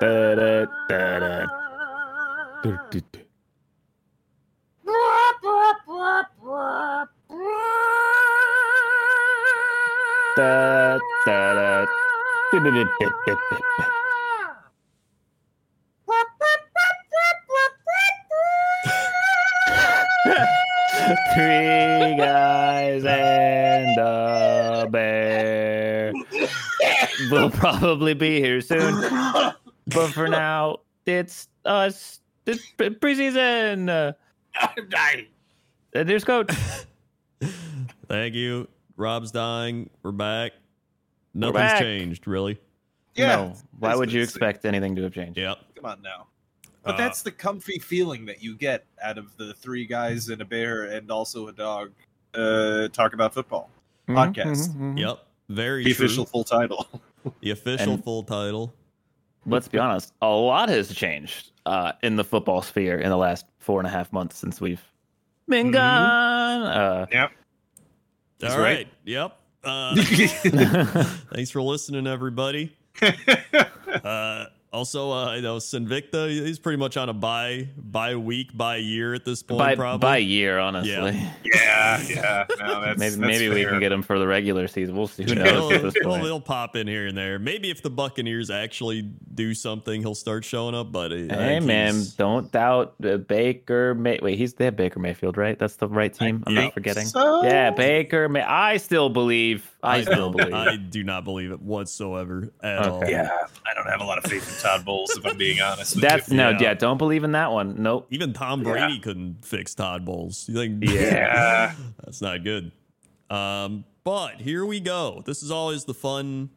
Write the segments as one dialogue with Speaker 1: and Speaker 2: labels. Speaker 1: Da, da, da, da. Du, du, du. Da, da, da. Du, du, du, du, du, du. Three guys and a bear will probably be here soon. But for now, it's us. It's pre- preseason. Uh,
Speaker 2: I'm dying.
Speaker 1: there's coach.
Speaker 3: Thank you. Rob's dying. We're back. Nothing's
Speaker 1: back.
Speaker 3: changed, really.
Speaker 2: Yeah.
Speaker 1: No, why
Speaker 2: it's
Speaker 1: would
Speaker 2: been
Speaker 1: you
Speaker 2: sick.
Speaker 1: expect anything to have changed?
Speaker 3: Yep.
Speaker 2: Come on now. But
Speaker 3: Uh,
Speaker 2: that's the comfy feeling that you get out of the three guys and a bear and also a dog uh, talk about football.
Speaker 1: Mhm,
Speaker 2: Podcast.
Speaker 1: mhm, mhm.
Speaker 3: Yep. Very
Speaker 2: The
Speaker 3: true.
Speaker 2: official full title.
Speaker 3: The official
Speaker 1: And-
Speaker 3: full title.
Speaker 1: Let's be honest. A lot has changed uh, in the football sphere in the last four and a half months since we've been
Speaker 2: Mhm.
Speaker 1: gone.
Speaker 2: That's
Speaker 3: All right.
Speaker 2: right.
Speaker 3: Yep. Uh,
Speaker 2: yeah,
Speaker 1: Uh,
Speaker 3: thanks for listening, everybody. Uh, also, uh, you know, Sinvicta, he's pretty much on a bye, bye week, bye year at this point,
Speaker 1: by,
Speaker 3: probably.
Speaker 1: by year, honestly.
Speaker 2: yeah. No,
Speaker 1: maybe
Speaker 2: that's, that's
Speaker 1: maybe we
Speaker 2: fair.
Speaker 1: can get him for the regular season. We'll see. Who
Speaker 3: Yeah,
Speaker 1: knows? at
Speaker 3: he'll,
Speaker 1: this
Speaker 3: he'll-
Speaker 1: point.
Speaker 3: he'll pop in here and there. Maybe if the Buccaneers actually do something, he'll start showing up. But uh, I
Speaker 1: Hey
Speaker 3: think
Speaker 1: man,
Speaker 3: he's-
Speaker 1: don't doubt uh, Baker. May- Wait, he's they have Baker Mayfield, right? That's the right team. I'm
Speaker 3: think
Speaker 1: not forgetting.
Speaker 2: So-
Speaker 1: Yeah, Baker. May- I still believe. I, still
Speaker 3: don't-
Speaker 1: believe.
Speaker 3: I do not believe it whatsoever at
Speaker 1: Okay.
Speaker 3: all.
Speaker 2: Yeah, I don't have a lot of faith in Todd Bowles, if I'm being honest. with
Speaker 1: That's
Speaker 2: you.
Speaker 1: no.
Speaker 3: Yeah.
Speaker 1: Yeah. don't believe in that one. Nope.
Speaker 3: Even Tom
Speaker 2: Yeah.
Speaker 3: Brady couldn't fix Todd Bowles. You think?
Speaker 2: Yeah.
Speaker 3: that's not good. Um, but here we go. This is always the fun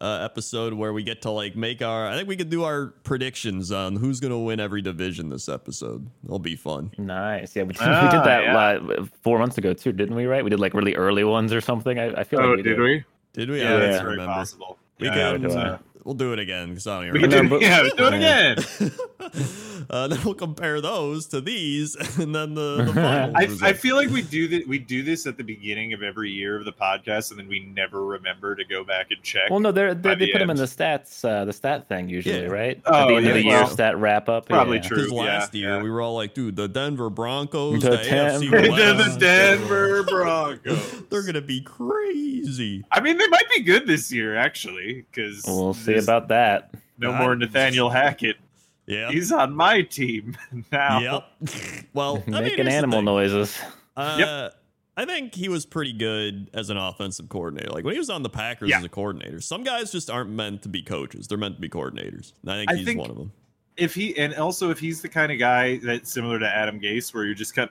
Speaker 3: uh, episode where we get to like make our. I think we could do our predictions on who's going to win every division this episode. It'll be fun.
Speaker 1: Nice. Yeah, we, we
Speaker 2: Ah,
Speaker 1: did that
Speaker 2: yeah.
Speaker 1: li- four months ago too, didn't we? Right? We did like really early ones or something. I, I feel
Speaker 2: Oh,
Speaker 1: like we Oh, did.
Speaker 4: we?
Speaker 3: Did we? I
Speaker 2: Yeah,
Speaker 3: don't
Speaker 2: that's
Speaker 1: Yeah.
Speaker 2: very
Speaker 3: remember.
Speaker 2: possible.
Speaker 3: We
Speaker 2: yeah,
Speaker 3: can.
Speaker 1: do
Speaker 3: uh, we'll do it again because I don't even
Speaker 2: We can
Speaker 3: remember.
Speaker 2: do,
Speaker 1: Remember-
Speaker 2: yeah, do it again.
Speaker 3: uh, then we'll compare those to these, and then the. the final
Speaker 2: I,
Speaker 3: result.
Speaker 2: I feel like we do that. We do this at the beginning of every year of the podcast, and then we never remember to go back and check.
Speaker 1: Well, no, they're,
Speaker 2: By
Speaker 1: they they
Speaker 2: the
Speaker 1: put them in
Speaker 2: end.
Speaker 1: the stats, uh, the stat thing usually,
Speaker 3: Yeah.
Speaker 1: right?
Speaker 2: Oh,
Speaker 1: At the end of
Speaker 3: yeah,
Speaker 1: the year,
Speaker 3: well,
Speaker 1: stat wrap up.
Speaker 2: probably
Speaker 1: yeah.
Speaker 2: true.
Speaker 3: Because last
Speaker 2: yeah,
Speaker 3: year
Speaker 2: yeah.
Speaker 3: we were all like, dude, the Denver Broncos,
Speaker 1: The
Speaker 3: the, AFC
Speaker 1: Denver-
Speaker 2: Into the
Speaker 3: West,
Speaker 2: Denver Broncos.
Speaker 3: they're gonna be crazy.
Speaker 2: I mean, they might be good this year, actually, because
Speaker 1: We'll see about that.
Speaker 2: no more Nathaniel Hackett.
Speaker 3: Yeah.
Speaker 2: He's on my team now.
Speaker 3: Yep. well, I mean, here's
Speaker 1: Making
Speaker 3: the
Speaker 1: animal
Speaker 3: thing.
Speaker 1: noises.
Speaker 3: Uh,
Speaker 2: Yep.
Speaker 3: I think he was pretty good as an offensive coordinator. Like when he was on the Packers
Speaker 2: Yeah.
Speaker 3: as a coordinator, some guys just aren't meant to be coaches. They're meant to be coordinators. And I think
Speaker 2: I
Speaker 3: he's
Speaker 2: think-
Speaker 3: one of them.
Speaker 2: if he and also if he's the kind of guy that's similar to Adam Gase, where you're just kind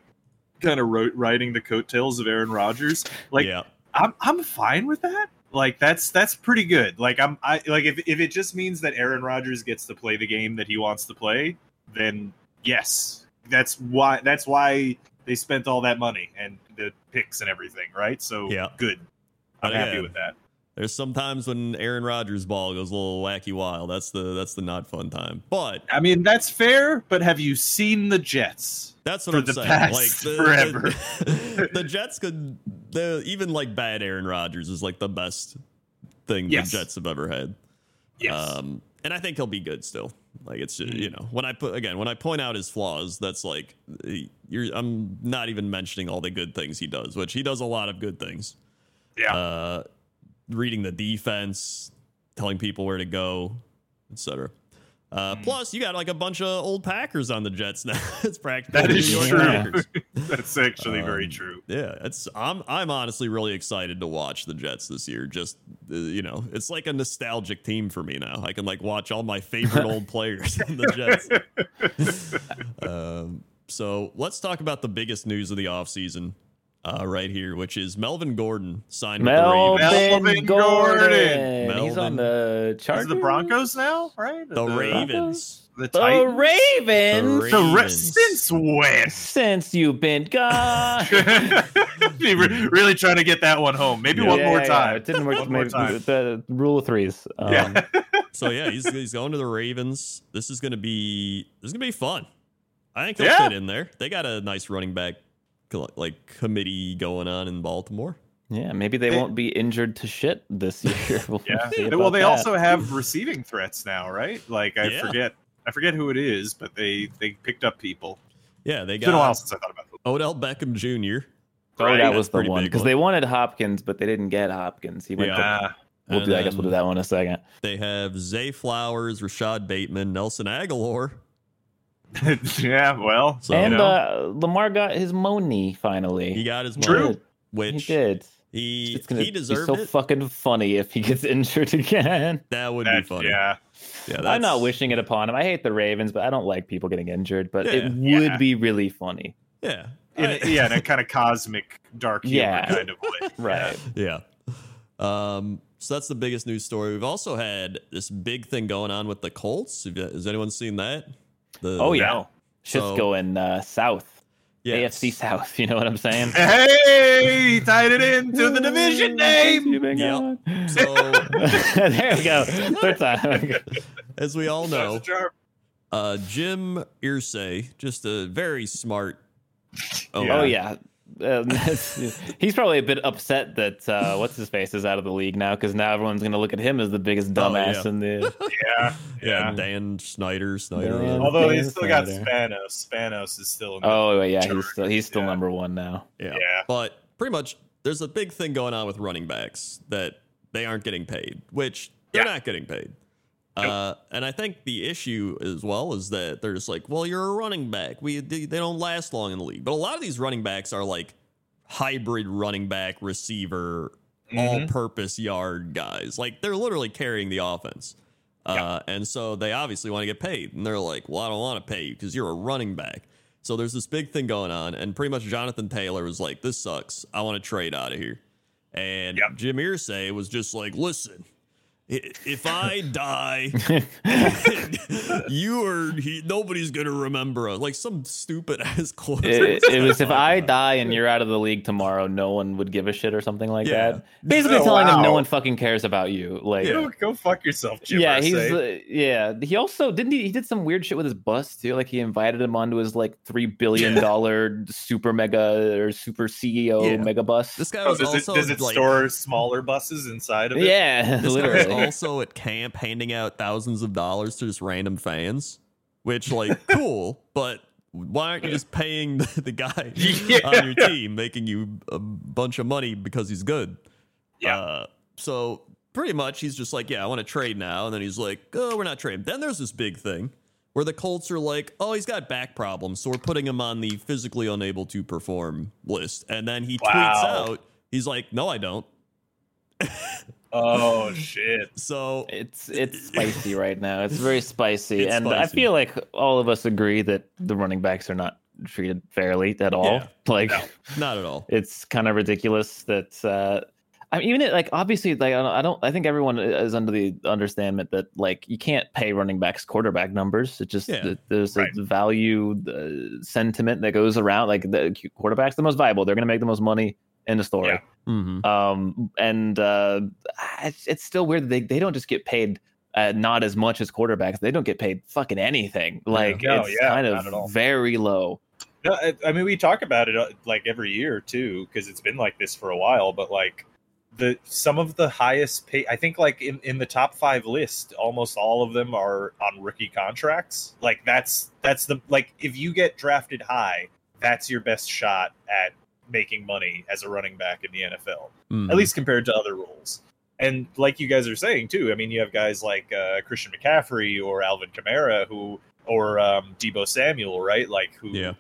Speaker 2: kind of ro- riding the coattails of Aaron Rodgers, like
Speaker 3: yeah.
Speaker 2: I'm I'm fine with that. Like that's that's pretty good. Like I'm I like if if it just means that Aaron Rodgers gets to play the game that he wants to play, then yes, that's why that's why they spent all that money and the picks and everything, right? So
Speaker 3: Yeah.
Speaker 2: good. I'm
Speaker 3: But
Speaker 2: happy
Speaker 3: again,
Speaker 2: with that.
Speaker 3: There's sometimes when Aaron Rodgers' ball goes a little wacky wild. That's the that's the not fun time. But
Speaker 2: I mean, that's fair, but have you seen the Jets?
Speaker 3: That's what
Speaker 2: for
Speaker 3: I'm
Speaker 2: the
Speaker 3: saying.
Speaker 2: past
Speaker 3: like the,
Speaker 2: forever.
Speaker 3: the, the Jets could, the even like bad Aaron Rodgers is like the best thing
Speaker 2: Yes.
Speaker 3: the Jets have ever had. Um, and I think he'll be good still. Like it's
Speaker 2: Mhm.
Speaker 3: you know when I put again when I point out his flaws, that's like you're I'm not even mentioning all the good things he does, which he does a lot of good things.
Speaker 2: Yeah.
Speaker 3: Uh, reading the defense, telling people where to go, etc. Uh,
Speaker 2: Mhm.
Speaker 3: Plus, you got like a bunch of old Packers on the Jets now. it's practically
Speaker 2: That
Speaker 3: the
Speaker 2: is
Speaker 3: New York
Speaker 1: true.
Speaker 3: Packers.
Speaker 2: that's actually very
Speaker 3: Um,
Speaker 2: true.
Speaker 3: Yeah, it's I'm I'm honestly really excited to watch the Jets this year. Just uh, you know, it's like a nostalgic team for me now. I can like watch all my favorite old players in the Jets. um, so let's talk about the biggest news of the offseason uh, right here, which is Melvin Gordon signed with the Ravens.
Speaker 1: Melvin,
Speaker 2: Melvin
Speaker 1: Gordon.
Speaker 2: Gordon.
Speaker 1: He's
Speaker 3: Melvin.
Speaker 1: on the
Speaker 2: Is
Speaker 1: Chargers.
Speaker 2: it the Broncos now, right?
Speaker 3: The Ravens.
Speaker 2: The
Speaker 1: The
Speaker 2: Titans.
Speaker 1: Ravens.
Speaker 3: The
Speaker 2: The Ra-
Speaker 3: Ravens.
Speaker 2: since when?
Speaker 1: Since you've been gone.
Speaker 2: Be re- really trying to get that one home. Maybe one
Speaker 1: Yeah,
Speaker 2: more
Speaker 1: yeah, yeah.
Speaker 2: time.
Speaker 1: It didn't work.
Speaker 2: One more
Speaker 1: Maybe
Speaker 2: time.
Speaker 1: The rule of threes. Um,
Speaker 2: Yeah.
Speaker 3: So yeah, he's he's going to the Ravens. This is gonna be this is gonna be fun. I think he'll
Speaker 2: Yeah.
Speaker 3: fit in there. They got a nice running back like committee going on in Baltimore.
Speaker 1: Yeah, maybe they,
Speaker 2: They-
Speaker 1: won't be injured to shit this year. We'll
Speaker 2: Yeah.
Speaker 1: see
Speaker 2: well,
Speaker 1: about
Speaker 2: they
Speaker 1: that.
Speaker 2: also have receiving threats now, right? Like I
Speaker 3: Yeah.
Speaker 2: forget, I forget who it is, but they they picked up people.
Speaker 3: Yeah, they
Speaker 2: It's been a while
Speaker 3: got
Speaker 2: since I thought about it.
Speaker 3: Odell Beckham Jr.
Speaker 1: Oh,
Speaker 2: Right.
Speaker 1: that was the
Speaker 3: pretty
Speaker 1: one
Speaker 3: big
Speaker 1: because
Speaker 3: one.
Speaker 1: they wanted Hopkins, but they didn't get Hopkins. He went.
Speaker 3: Yeah.
Speaker 1: to-
Speaker 3: Mm-hmm.
Speaker 2: Nah,
Speaker 1: we'll do. I guess we'll do
Speaker 3: And
Speaker 1: that one in a second.
Speaker 3: They have Zay Flowers, Rashad Bateman, Nelson Aguilar.
Speaker 2: yeah, well,
Speaker 3: So
Speaker 1: and
Speaker 2: you know,
Speaker 1: uh, Lamar got his money finally.
Speaker 3: he got his money,
Speaker 2: True.
Speaker 1: He
Speaker 3: which he
Speaker 1: did.
Speaker 3: he,
Speaker 1: It's gonna
Speaker 3: deserved
Speaker 1: be so
Speaker 3: it.
Speaker 1: fucking funny if he gets injured again.
Speaker 3: that would
Speaker 2: that-
Speaker 3: be funny.
Speaker 2: yeah,
Speaker 3: Yeah,
Speaker 1: I'm not
Speaker 3: that's-
Speaker 1: wishing it upon him. I hate the Ravens, but I don't like people getting injured. But
Speaker 3: Yeah.
Speaker 1: it would
Speaker 2: Yeah.
Speaker 1: be really funny,
Speaker 3: Yeah,
Speaker 2: in,
Speaker 3: I-
Speaker 2: yeah, in a kind of cosmic dark humor
Speaker 1: Yeah.
Speaker 2: kind of way.
Speaker 1: right?
Speaker 3: Yeah. Um, so that's the biggest news story. We've also had this big thing going on with the Colts. Have you- Has anyone seen that? The,
Speaker 1: Oh yeah,
Speaker 2: No.
Speaker 1: just
Speaker 3: So-
Speaker 1: going uh, south,
Speaker 3: Yes.
Speaker 1: AFC South. You know what I'm saying?
Speaker 2: Hey, he tied it into the division name.
Speaker 1: Yep.
Speaker 3: So,
Speaker 1: there we go. Third time.
Speaker 3: as we all know,
Speaker 2: That's sharp.
Speaker 3: uh, Jim Irsay, just a very smart. owner.
Speaker 1: Oh yeah. Um, he's probably a bit upset that uh, what's his face is out of the league now because now everyone's going to look at him as the biggest
Speaker 3: Oh,
Speaker 1: dumbass
Speaker 3: yeah.
Speaker 1: in the.
Speaker 2: Yeah,
Speaker 3: yeah.
Speaker 2: yeah. Oh,
Speaker 3: Dan Snyder, Snyder.
Speaker 1: Dan.
Speaker 3: uh,
Speaker 2: Although he's still got
Speaker 1: Snyder.
Speaker 2: Spanos. Spanos is still in the,
Speaker 1: Oh yeah, he's still he's still
Speaker 2: Yeah.
Speaker 1: number one now.
Speaker 3: yeah.
Speaker 2: yeah.
Speaker 3: But pretty much, there's a big thing going on with running backs that they aren't getting paid, which they're
Speaker 2: Yeah.
Speaker 3: not getting paid. Uh, and I think the issue as well is that they're just like, well, you're a running back. We they they don't last long in the league. But a lot of these running backs are like hybrid running back, receiver,
Speaker 2: Mhm.
Speaker 3: all-purpose yard guys. Like they're literally carrying the offense. Uh, and so they obviously want to get paid, and they're like, "Well, I don't want to pay you because you're a running back." So there's this big thing going on, and pretty much Jonathan Taylor was like, "This sucks. I want to trade out of here." And
Speaker 2: Yep.
Speaker 3: Jim Irsay was just like, "Listen, i- if I die, you are he, nobody's gonna remember us." Like some stupid ass quote.
Speaker 1: It, it was if I die and you're out of the league tomorrow, no one would give a shit or something like
Speaker 3: Yeah.
Speaker 1: that. Basically,
Speaker 2: Oh,
Speaker 1: telling him no
Speaker 2: wow.
Speaker 1: one fucking cares about you. Like,
Speaker 3: Yeah.
Speaker 1: yeah,
Speaker 2: Go, go fuck yourself, Jim.
Speaker 1: he's
Speaker 3: eh?
Speaker 2: Irsay.
Speaker 1: uh, yeah. He also didn't he, he did some weird shit with his bus too. Like he invited him onto his like three billion dollar super mega or super CEO
Speaker 3: Yeah.
Speaker 1: mega bus.
Speaker 3: This guy
Speaker 2: Oh,
Speaker 3: was
Speaker 2: does it,
Speaker 3: also
Speaker 2: does it
Speaker 3: like,
Speaker 2: store smaller buses inside of it?
Speaker 1: yeah,
Speaker 3: This guy was
Speaker 1: literally.
Speaker 3: also at camp handing out thousands of dollars to just random fans, which like cool, but why aren't you just paying the, the guy
Speaker 2: Yeah.
Speaker 3: on your team making you a bunch of money because he's good?
Speaker 2: Yeah.
Speaker 3: Uh, so pretty much he's just like, yeah, I want to trade now, and then he's like, oh, we're not trading. Then there's this big thing where the Colts are like, oh, he's got back problems, so we're putting him on the physically unable to perform list, and then he tweets
Speaker 2: Wow.
Speaker 3: out, he's like, no, I don't.
Speaker 2: Oh shit.
Speaker 3: So
Speaker 1: It's it's spicy right now. It's very spicy,
Speaker 3: It's
Speaker 1: and I
Speaker 3: spicy.
Speaker 1: feel like all of us agree that the running backs are not treated fairly at all.
Speaker 3: Yeah.
Speaker 1: Like
Speaker 3: not at all.
Speaker 1: it's kind of ridiculous that uh, I mean, even it, like obviously like I don't, I don't I think everyone is under the understanding that like you can't pay running backs quarterback numbers. It just
Speaker 3: Yeah,
Speaker 1: there's
Speaker 2: right.
Speaker 1: a value uh, sentiment that goes around like the quarterbacks the most valuable. They're going to make the most money in the story.
Speaker 2: Yeah.
Speaker 3: Mm-hmm.
Speaker 1: um and uh it's, it's still weird that they, they don't just get paid uh, not as much as quarterbacks they don't get paid fucking anything like
Speaker 2: No,
Speaker 1: it's
Speaker 2: yeah,
Speaker 1: kind
Speaker 2: not at all.
Speaker 1: of very low
Speaker 2: No, I, I mean we talk about it uh, like every year too because it's been like this for a while. But like the some of the highest pay, I think like in in the top five list, almost all of them are on rookie contracts. Like that's that's the like if you get drafted high, that's your best shot at making money as a running back in the NFL.
Speaker 1: Mm.
Speaker 2: at
Speaker 1: Mm-hmm.
Speaker 2: least compared to other rules. And like you guys are saying too, I mean, you have guys like uh, Christian McCaffrey or Alvin Kamara who, or um, Debo Samuel, right? Like who
Speaker 3: yeah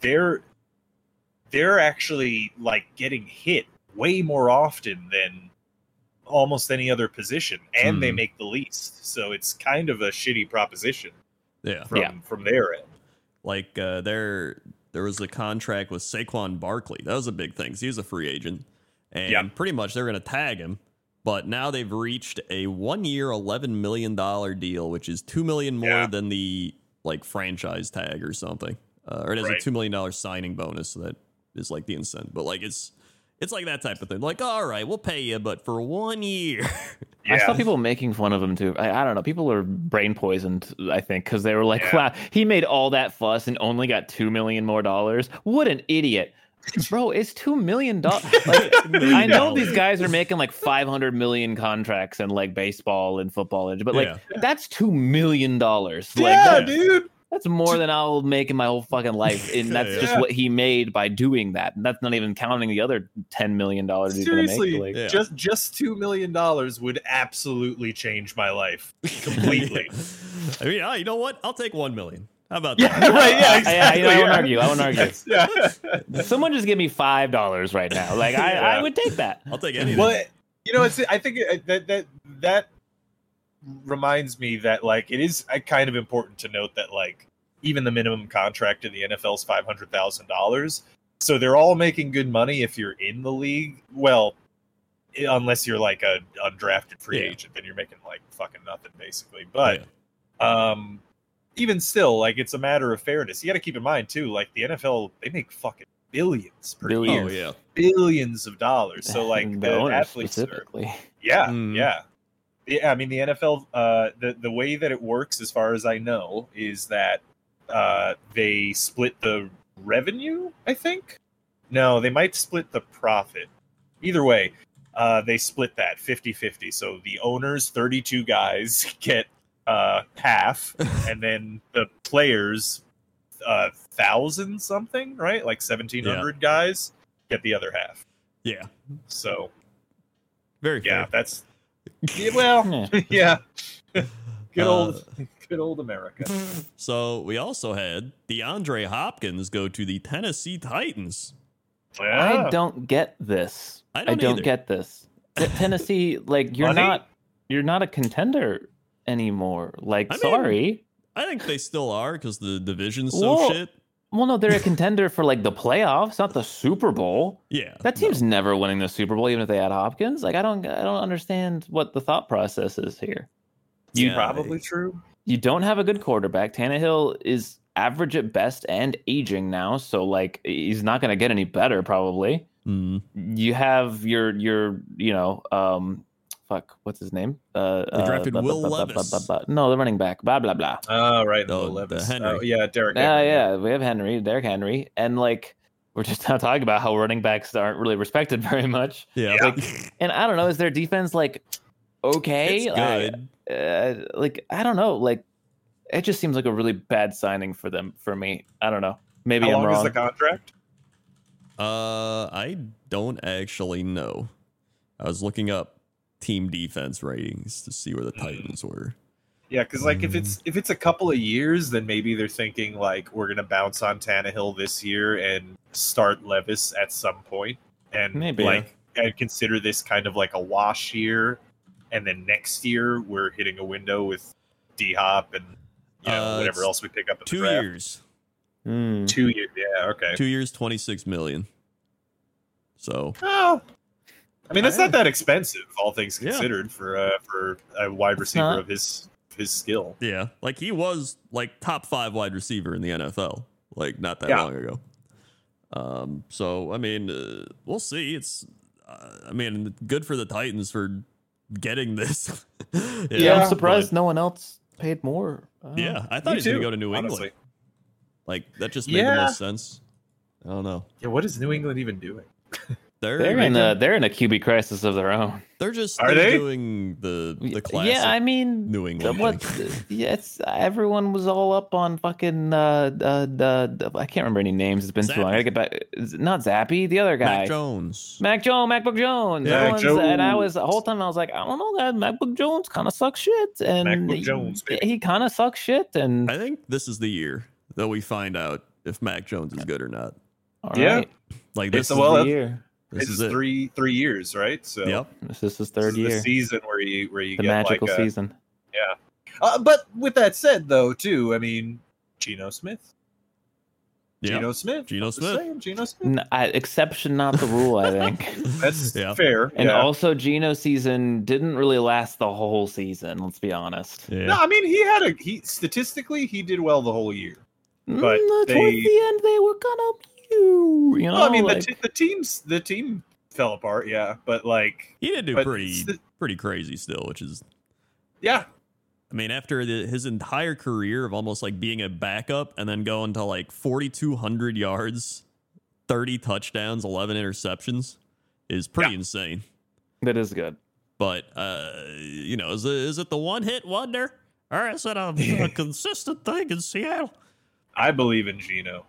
Speaker 2: they're they're actually like getting hit way more often than almost any other position, and they
Speaker 1: Mm-hmm.
Speaker 3: Mhm.
Speaker 2: make the least. So it's kind of a shitty proposition
Speaker 3: yeah
Speaker 2: from
Speaker 1: Yeah.
Speaker 2: from their end.
Speaker 3: like uh there there was a contract with Saquon Barkley that was a big thing 'cause he was a free agent and
Speaker 2: Yeah.
Speaker 3: pretty much they're going to tag him but now they've reached a 1 year 11 million dollar deal which is 2 million more
Speaker 2: Yeah.
Speaker 3: than the like franchise tag or something uh, or it has
Speaker 2: Right.
Speaker 3: a 2 million dollar signing bonus so that is like the incentive but like it's it's like that type of thing like all right we'll pay you but for 1 year
Speaker 1: i saw people making fun of him too i, I don't know people are brain poisoned i think because they were like
Speaker 2: Yeah.
Speaker 1: wow he made all that fuss and only got two million more dollars what an idiot bro, it's two million dollars. Like, I know these guys are making like 500 million contracts in like baseball and football, and- but like
Speaker 3: Yeah.
Speaker 1: that's two million dollars. Like
Speaker 2: yeah,
Speaker 1: that-
Speaker 2: dude.
Speaker 1: that's more than I'll make in my whole fucking life, and that's just
Speaker 2: Yeah.
Speaker 1: what he made by doing that. And that's not even counting the other 10 million dollars he's gonna
Speaker 2: Seriously,
Speaker 1: make. Like,
Speaker 3: Yeah.
Speaker 2: just just two million dollars would absolutely change my life completely.
Speaker 3: I mean, ah, you know what? I'll take one million. How about
Speaker 2: yeah,
Speaker 3: that?
Speaker 2: right. Yeah,
Speaker 1: I- I- I
Speaker 2: exactly.
Speaker 1: won't
Speaker 2: yeah.
Speaker 1: argue, I won't argue.
Speaker 2: Yes, yeah.
Speaker 1: someone just give me five dollars right now. Like I,
Speaker 2: Yeah.
Speaker 1: I would take that.
Speaker 3: I'll take anything.
Speaker 2: Well, you know, it's. I think it- that that that reminds me that like it is uh, kind of important to note that like even the minimum contract in the NFL is five hundred thousand dollars. So they're all making good money if you're in the league. Well, i- unless you're like a undrafted free
Speaker 3: Yeah.
Speaker 2: agent, then you're making like fucking nothing basically.
Speaker 3: Yeah.
Speaker 2: But um even still like it's a matter of fairness you got to keep in mind too like the nfl they make fucking billions per
Speaker 1: Billions.
Speaker 2: year
Speaker 3: oh yeah,
Speaker 2: billions of dollars so like
Speaker 1: And
Speaker 2: the,
Speaker 1: owners
Speaker 2: athletes are,
Speaker 1: specifically.
Speaker 2: yeah
Speaker 3: Mm.
Speaker 2: yeah yeah i mean the nfl uh the, the way that it works as far as i know is that uh they split the revenue i think no they might split the profit either way uh they split that 50-50 so the owners 32 guys get uh half and then the players uh thousand something right like 1700 guys get the other half
Speaker 3: yeah,
Speaker 2: so
Speaker 3: very
Speaker 2: yeah
Speaker 3: fair.
Speaker 2: that's yeah, well
Speaker 1: Yeah.
Speaker 2: Oh, yeah good
Speaker 3: Uh,
Speaker 2: old good old america
Speaker 3: So we also had DeAndre Hopkins go to the Tennessee Titans.
Speaker 1: I don't get this.
Speaker 3: I
Speaker 1: I
Speaker 3: don't
Speaker 1: don't,
Speaker 3: either.
Speaker 1: get this. T- Tennessee, like you're
Speaker 2: Money?
Speaker 1: not, you're not a contender anymore. Like,
Speaker 3: I mean-
Speaker 1: sorry.
Speaker 3: I think they still are because the division's so
Speaker 1: Well-
Speaker 3: shit.
Speaker 1: Well, no, they're a contender for like the playoffs, not the Super Bowl.
Speaker 3: Yeah,
Speaker 1: That team's never winning the Super Bowl, even if they had Hopkins. Like, I don't, I don't understand what the thought process is here.
Speaker 2: you
Speaker 3: Yeah,
Speaker 2: probably true
Speaker 1: you don't have a good quarterback. Tannehill is average at best and aging now, so like he's not going to get any better probably.
Speaker 3: Mm.
Speaker 1: You have your your you know um fuck what's his name? Uh,
Speaker 3: They drafted
Speaker 1: uh, blah,
Speaker 3: Will
Speaker 1: blah, blah, blah,
Speaker 3: Levis.
Speaker 1: blah, blah. No, the running back. Blah blah blah.
Speaker 2: oh right
Speaker 3: Oh,
Speaker 2: no,
Speaker 3: the
Speaker 2: Levis.
Speaker 3: Henry.
Speaker 2: oh yeah derek
Speaker 1: Yeah,
Speaker 2: Henry.
Speaker 1: yeah. We have Henry, Derrick Henry, and like we're just now talking about how running backs aren't really respected very much.
Speaker 3: yeah,
Speaker 2: Yeah.
Speaker 1: And I don't know, is their defense like okay? Like,
Speaker 3: it's good.
Speaker 1: uh, like I don't know, like it just seems like a really bad signing for them for me. I don't know. Maybe
Speaker 2: how
Speaker 1: I'm
Speaker 2: long is
Speaker 1: wrong.
Speaker 2: the contract
Speaker 3: Uh, I don't actually know. I was looking up team defense ratings to see where the
Speaker 2: Mm.
Speaker 3: Titans were.
Speaker 2: yeah because like if
Speaker 3: Mm.
Speaker 2: it's if it's a couple of years then maybe they're thinking like we're gonna bounce on Tannehill this year and start levis at some point and
Speaker 1: Maybe.
Speaker 2: like and consider this kind of like a wash year and then next year we're hitting a window with d-hop and you know
Speaker 3: Uh,
Speaker 2: whatever
Speaker 3: it's
Speaker 2: else we pick up in
Speaker 3: Two
Speaker 2: the draft.
Speaker 3: years,
Speaker 1: Hmm.
Speaker 2: two years yeah okay
Speaker 3: two years, twenty six million. So
Speaker 2: Oh. I mean, that's
Speaker 3: Yeah.
Speaker 2: not that expensive, all things
Speaker 3: Yeah.
Speaker 2: considered, for uh, for a wide receiver
Speaker 1: not.
Speaker 2: of his his skill.
Speaker 3: yeah, like he was like top five wide receiver in the NFL, like not that
Speaker 2: Yeah.
Speaker 3: long ago. Um, so I mean, uh, we'll see. It's, uh, I mean, good for the Titans for getting this. yeah,
Speaker 1: Yeah,
Speaker 2: Yeah.
Speaker 1: I'm surprised no one else paid more. Uh, I don't
Speaker 3: but- yeah, I thought
Speaker 2: Me
Speaker 3: he was gonna
Speaker 2: too,
Speaker 3: go to New England.
Speaker 2: honestly.
Speaker 3: Like that just made the
Speaker 2: Yeah.
Speaker 3: most sense. I don't know.
Speaker 2: Yeah, what is New England even doing?
Speaker 3: They're
Speaker 1: know. they're in a they're in a QB crisis of their own.
Speaker 3: They're just
Speaker 2: Are
Speaker 3: they're
Speaker 2: they?
Speaker 3: doing the the classic
Speaker 1: yeah, I mean,
Speaker 3: New England.
Speaker 1: what?
Speaker 3: thing.
Speaker 1: yeah, it's everyone was all up on fucking uh, uh, uh I can't remember any names. It's been too long. I gotta get back. it's Not Zappy, the other guy.
Speaker 3: Mac Jones.
Speaker 1: Mac Jones, MacBook Jones.
Speaker 2: Mac
Speaker 1: Everyone's- And I
Speaker 2: Jones.
Speaker 1: was the whole time I was like, I don't know, that MacBook Jones kind of sucks shit. And
Speaker 2: MacBook
Speaker 1: he-
Speaker 2: Jones,
Speaker 1: he,
Speaker 2: baby.
Speaker 1: kind of sucks shit. And
Speaker 3: I think this is the year that we find out if Mac Jones is good or not.
Speaker 1: all
Speaker 2: Yeah.
Speaker 1: right,
Speaker 3: Like
Speaker 2: It's
Speaker 3: this,
Speaker 2: a
Speaker 3: is,
Speaker 2: well-
Speaker 1: the
Speaker 2: that's-
Speaker 1: year.
Speaker 3: this is,
Speaker 2: it's
Speaker 3: it.
Speaker 2: three three years, right? So
Speaker 3: Yep.
Speaker 1: This is his
Speaker 2: this
Speaker 1: third
Speaker 2: is
Speaker 1: year,
Speaker 2: the season where you where you
Speaker 1: the
Speaker 2: get
Speaker 1: magical
Speaker 2: like a,
Speaker 1: season.
Speaker 2: Uh, but with that said, though, too, I mean, Geno Smith,
Speaker 3: Yeah.
Speaker 2: Geno Smith,
Speaker 3: Geno
Speaker 2: Just
Speaker 3: Smith.
Speaker 2: saying, Geno Smith.
Speaker 1: N- I, exception, not the rule, I think.
Speaker 2: That's
Speaker 3: yeah.
Speaker 2: fair.
Speaker 1: And
Speaker 2: yeah.
Speaker 1: also, Geno season didn't really last the whole season. Let's be honest.
Speaker 3: Yeah.
Speaker 2: no, I mean, he had a he statistically he did well the whole year. But
Speaker 1: Mm,
Speaker 2: they-
Speaker 1: towards the end, they were kind of you. You know,
Speaker 2: Well, I mean,
Speaker 1: like-
Speaker 2: the, t- the teams the team fell apart, yeah, but like,
Speaker 3: He did do
Speaker 2: but
Speaker 3: pretty
Speaker 2: st-
Speaker 3: pretty crazy still, which is
Speaker 2: yeah,
Speaker 3: I mean, after the, his entire career of almost like being a backup and then going to like 4,200 yards 30 touchdowns, 11 interceptions is pretty insane.
Speaker 1: That is good.
Speaker 3: But uh, you know, is it, is it the one hit wonder, or is it a, um, a consistent thing in Seattle?
Speaker 2: I believe in Gino.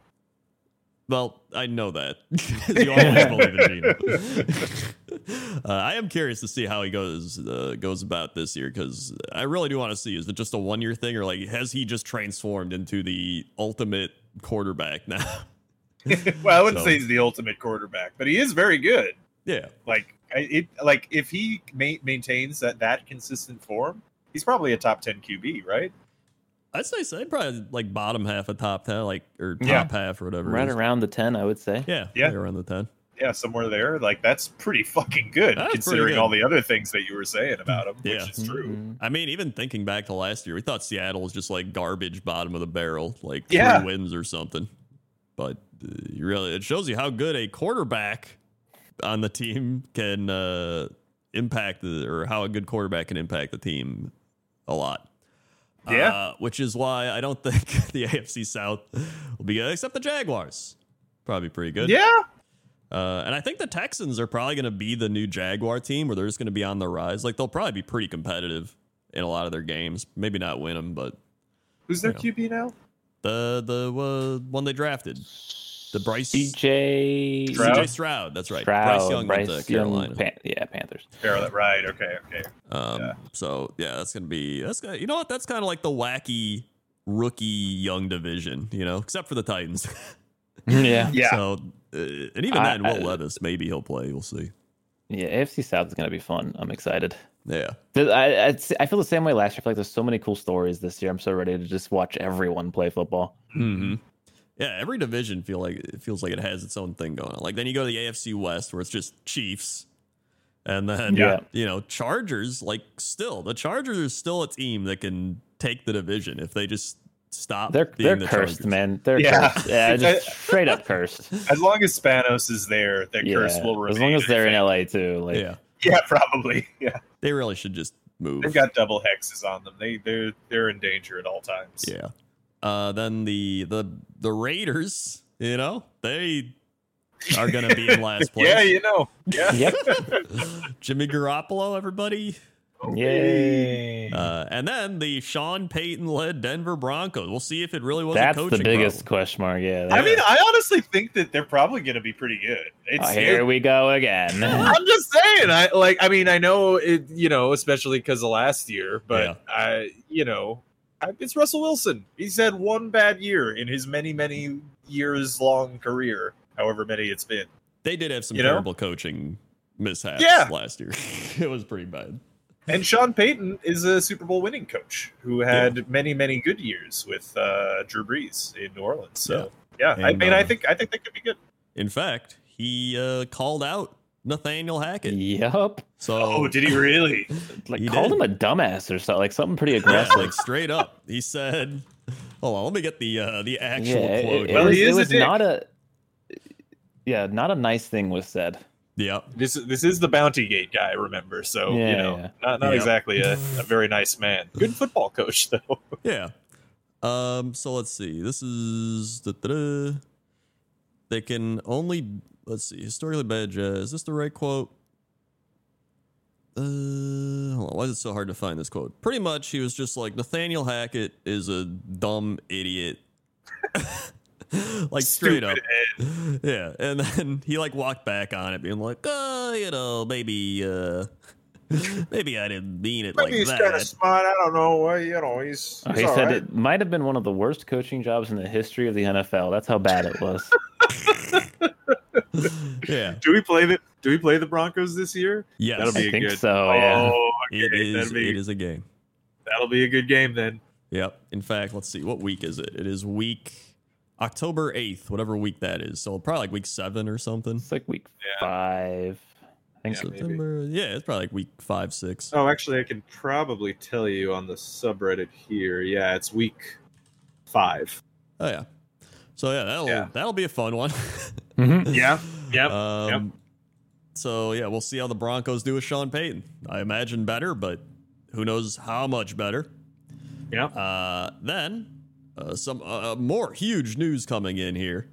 Speaker 3: Well, I know that. 'Cause you always believe in Geno. uh, I am curious to see how he goes uh, goes about this year because I really do want to see is it just a one year thing or like has he just transformed into the ultimate quarterback now?
Speaker 2: well, I wouldn't
Speaker 3: So-
Speaker 2: say he's the ultimate quarterback, but he is very good.
Speaker 3: yeah,
Speaker 2: Like I- it, like if he ma- maintains that that consistent form, he's probably a top ten QB, right?
Speaker 3: I'd say so. probably like bottom half of top ten, like or top
Speaker 2: Yeah.
Speaker 3: half or whatever. it
Speaker 1: Right
Speaker 3: is.
Speaker 1: around the ten, I would say.
Speaker 3: Yeah,
Speaker 2: Yeah.
Speaker 3: right around the ten.
Speaker 2: Yeah, somewhere there. Like that's pretty fucking good
Speaker 3: That's pretty
Speaker 2: considering
Speaker 3: good.
Speaker 2: all the other things that you were saying about him,
Speaker 3: Yeah.
Speaker 2: which is true.
Speaker 1: Mhm.
Speaker 3: I mean, even thinking back to last year, we thought Seattle was just like garbage, bottom of the barrel, like
Speaker 2: Yeah.
Speaker 3: three wins or something. But uh, you really, it shows you how good a quarterback on the team can uh, impact, the, or how a good quarterback can impact the team a lot.
Speaker 2: Yeah.
Speaker 3: Uh, which is why I don't think the AFC South will be good, except the Jaguars. Probably pretty good.
Speaker 2: Yeah,
Speaker 3: Uh, and I think the Texans are probably going to be the new Jaguar team where they're just going to be on the rise. Like they'll probably be pretty competitive in a lot of their games. Maybe not win them, but
Speaker 2: who's their
Speaker 3: Yeah.
Speaker 2: QB now?
Speaker 3: the the uh, one they drafted,
Speaker 1: Mm-hmm.
Speaker 3: the Bryce
Speaker 1: CJ
Speaker 2: Stroud?
Speaker 3: CJ Stroud. That's right. Bryce
Speaker 1: Stroud,
Speaker 3: Young went
Speaker 1: Bryce
Speaker 3: to
Speaker 1: Young,
Speaker 3: Carolina.
Speaker 1: Pan- yeah, Panthers.
Speaker 2: Carolina, right? Okay, okay.
Speaker 3: Um,
Speaker 2: Yeah.
Speaker 3: So yeah, that's gonna be that's gonna, you know what that's kind of like the wacky rookie young division, you know, except for the Titans.
Speaker 1: yeah,
Speaker 2: Yeah,
Speaker 3: So uh, and even
Speaker 1: I-
Speaker 3: then, Will
Speaker 1: I-
Speaker 3: Levis maybe he'll play. We'll see.
Speaker 1: yeah. AFC South is gonna be fun. I'm excited.
Speaker 3: Yeah.
Speaker 1: Th- I, I I feel the same way last year. I feel like there's so many cool stories this year. I'm so ready to just watch everyone play football.
Speaker 3: hmm Yeah, every division feel like it feels like it has its own thing going on. Like then you go to the AFC West where it's just Chiefs, and then
Speaker 2: Yeah.
Speaker 3: you know Chargers. Like still, the Chargers are still a team that can take the division if they just stop.
Speaker 1: They're
Speaker 3: being
Speaker 1: they're
Speaker 3: the
Speaker 1: cursed,
Speaker 3: Chargers.
Speaker 1: man. They're
Speaker 2: Yeah.
Speaker 1: cursed. Yeah, just straight up cursed.
Speaker 2: as long as Spanos is there, that
Speaker 1: Yeah,
Speaker 2: curse will remain.
Speaker 1: as long as
Speaker 2: I
Speaker 1: they're in
Speaker 2: think.
Speaker 1: LA too. Like,
Speaker 3: Yeah,
Speaker 2: yeah, probably. Yeah,
Speaker 3: they really should just move.
Speaker 2: they've got double hexes on them. They they're they're in danger at all times.
Speaker 3: yeah. Uh, then the the the Raiders. You know they are going to be in last place.
Speaker 2: yeah, you know. Yeah.
Speaker 1: Yep.
Speaker 3: Jimmy Garoppolo, everybody.
Speaker 1: Yay.
Speaker 3: Uh, and then the Sean Payton led Denver Broncos. We'll see if it really was
Speaker 1: That's
Speaker 3: a
Speaker 1: the
Speaker 3: coaching
Speaker 1: biggest
Speaker 3: problem.
Speaker 1: question mark. Yeah.
Speaker 2: I
Speaker 1: that-
Speaker 2: mean, I honestly think that they're probably going to be pretty good. It's
Speaker 1: Oh, here we go again.
Speaker 2: I'm just saying. I like. I mean, I know it. You know, especially because of last year. But I, you know, I, it's Russell Wilson. He's had one bad year in his many, many years long career, however many it's been.
Speaker 3: They did have some
Speaker 2: You know?
Speaker 3: terrible coaching mishaps
Speaker 2: Yeah.
Speaker 3: last year. it was pretty bad.
Speaker 2: And Sean Payton is a Super Bowl winning coach who had many, many good years with uh, Drew Brees in New Orleans. So yeah, um, I
Speaker 3: And,
Speaker 2: mean, I
Speaker 3: uh,
Speaker 2: think I think they could be good.
Speaker 3: In fact, he uh, called out Nathaniel Hackett.
Speaker 1: Yup.
Speaker 3: So
Speaker 2: Oh, did he really?
Speaker 1: Like
Speaker 3: He
Speaker 1: called
Speaker 3: did.
Speaker 1: him a dumbass or something. Like something pretty
Speaker 3: yeah,
Speaker 1: aggressive.
Speaker 3: like straight up, he said, "Hold on, let me get the uh, the actual
Speaker 1: yeah. it-
Speaker 3: quote."
Speaker 1: It,
Speaker 2: Well,
Speaker 1: was,
Speaker 2: he is
Speaker 1: it
Speaker 2: a
Speaker 1: was
Speaker 2: dick.
Speaker 1: not a. Yeah, not a nice thing was said.
Speaker 3: yeah,
Speaker 2: This this is the Bounty Gate guy, remember? So
Speaker 3: Oh,
Speaker 2: you
Speaker 1: Yeah,
Speaker 2: know,
Speaker 1: yeah.
Speaker 2: not not
Speaker 3: Yeah.
Speaker 2: exactly a, a very nice man. Good football coach though.
Speaker 3: Yeah. Um. So let's see. This is da-da-da. they can only let's see historically bad jazz. Is this the right quote? Uh, hold on. Why is it so hard to find this quote? Pretty much, he was just like Nathaniel Hackett is a dumb idiot. like straight up, yeah. And then he like walked back on it, being like, "Oh, you know, maybe, uh, maybe I didn't mean it like that."
Speaker 2: smart. I don't know. Well, you know, he's,
Speaker 1: Oh, he said it might have been one of the worst coaching jobs in the history of the NFL. That's how bad it was.
Speaker 3: yeah.
Speaker 2: Do we play the Do we play the Broncos this year?
Speaker 3: Yes.
Speaker 2: That'll be
Speaker 1: I think
Speaker 2: good-
Speaker 1: so. Yeah.
Speaker 2: Oh, okay.
Speaker 3: It is.
Speaker 2: that'll, be,
Speaker 3: It is a game.
Speaker 2: that'll be a good game then.
Speaker 3: Yep. In fact, let's see. What week is it? It is week October eighth, whatever week that is. So probably like week seven or something.
Speaker 1: It's like week
Speaker 2: Yeah.
Speaker 1: five. I think
Speaker 2: Yeah,
Speaker 1: so.
Speaker 2: maybe.
Speaker 3: September. Yeah, it's probably like week five, six.
Speaker 2: Oh, actually, I can probably tell you on the subreddit here. Yeah, it's week five.
Speaker 3: Oh yeah. So yeah, that'll
Speaker 2: Yeah.
Speaker 3: that'll be a fun one. Mm-hmm.
Speaker 1: Mhm.
Speaker 2: Yeah. Yep.
Speaker 3: Um, So yeah, we'll see how the Broncos do with Sean Payton. I imagine better, but who knows how much better.
Speaker 2: Yep.
Speaker 3: Uh, then uh, some uh, more huge news coming in here.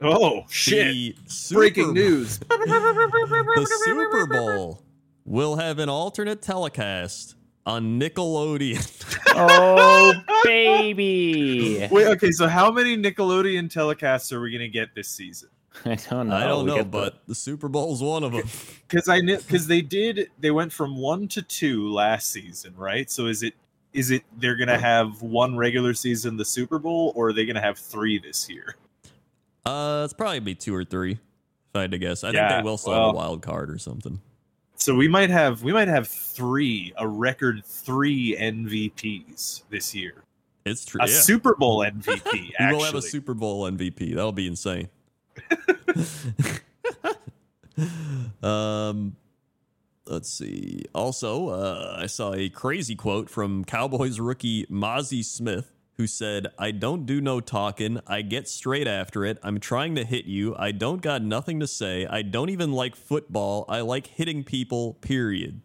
Speaker 2: Oh shit!
Speaker 3: The Super
Speaker 2: Breaking
Speaker 3: Bowl-
Speaker 2: news.
Speaker 3: The Super Bowl will have an alternate telecast on Nickelodeon.
Speaker 1: Oh baby.
Speaker 2: Wait, okay, so how many Nickelodeon telecasts are we gonna get this season?
Speaker 1: I don't know.
Speaker 3: I don't
Speaker 1: Oh, We
Speaker 3: know,
Speaker 1: get the-
Speaker 3: but the Super Bowl's one of them.
Speaker 2: Because I knew because they did they went from one to two last season, right? So is it is it they're gonna have one regular season the Super Bowl, or are they gonna have three this year?
Speaker 3: Uh, it's probably be two or three. If I had to guess, I
Speaker 2: Yeah,
Speaker 3: think they will still
Speaker 2: well-
Speaker 3: have a wild card or something.
Speaker 2: So we might have we might have three a record three MVPs this year.
Speaker 3: It's true.
Speaker 2: A
Speaker 3: yeah.
Speaker 2: Super Bowl MVP.
Speaker 3: we
Speaker 2: actually,
Speaker 3: will have a Super Bowl MVP. That'll be insane. um, let's see. Also, uh, I saw a crazy quote from Cowboys rookie Mozzie Smith, who said, "I don't do no talking. I get straight after it. I'm trying to hit you. I don't got nothing to say. I don't even like football. I like hitting people. Period."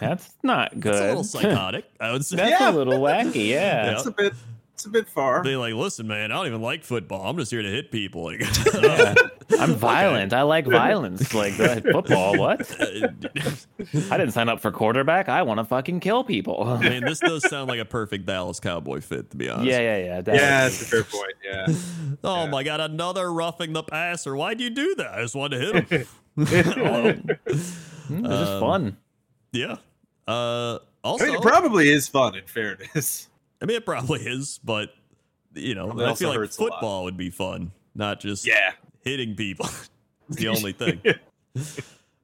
Speaker 1: that's not good.
Speaker 3: That's a little psychotic. I would say.
Speaker 1: That's
Speaker 2: Yeah.
Speaker 1: a little wacky, yeah.
Speaker 2: That's a bit. It's a bit far.
Speaker 3: They like, listen, man. I don't even like football. I'm just here to hit people. Like,
Speaker 1: Yeah. I'm violent. I like violence. Like uh, football. What?
Speaker 3: Uh,
Speaker 1: I didn't sign up for quarterback. I want to fucking kill people.
Speaker 3: I mean, this does sound like a perfect Dallas Cowboy fit, to be honest.
Speaker 1: yeah, yeah, yeah. That
Speaker 2: yeah, that's a fair point. Yeah.
Speaker 3: Oh
Speaker 2: Yeah.
Speaker 3: my God, another roughing the passer. Why'd you do that? I just wanted to hit him.
Speaker 1: Hmm,
Speaker 3: Well,
Speaker 1: mm, this is
Speaker 3: Um,
Speaker 1: fun.
Speaker 3: yeah. Uh, also,
Speaker 2: I mean, it probably is fun. In fairness,
Speaker 3: it probably is, but you know,
Speaker 2: Probably
Speaker 3: I
Speaker 2: also
Speaker 3: feel like
Speaker 2: hurts a lot.
Speaker 3: football would be fun, not just
Speaker 2: yeah.
Speaker 3: hitting people. it's the only thing.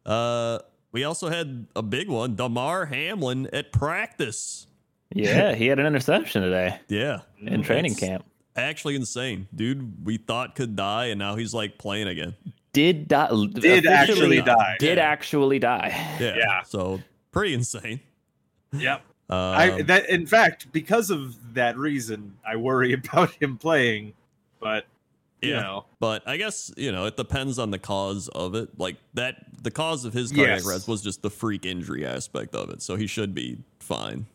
Speaker 3: uh, we also had a big one, Damar Hamlin at practice.
Speaker 1: Yeah, he had an interception today
Speaker 3: Yeah.
Speaker 1: in training
Speaker 3: That's
Speaker 1: camp.
Speaker 3: Actually insane. Dude, we thought could die, and now he's like playing again.
Speaker 1: Did die.
Speaker 2: Did
Speaker 1: Did
Speaker 2: actually die.
Speaker 1: Did
Speaker 3: Yeah.
Speaker 1: actually die.
Speaker 3: Yeah.
Speaker 2: Yeah.
Speaker 3: So pretty insane.
Speaker 2: Yep.
Speaker 3: Um,
Speaker 2: I that in fact because of that reason I worry about him playing, but you
Speaker 3: Yeah.
Speaker 2: know
Speaker 3: but I guess you know it depends on the cause of it. Like that, the cause of his cardiac
Speaker 2: Yes.
Speaker 3: arrest was just the freak injury aspect of it. So he should be fine.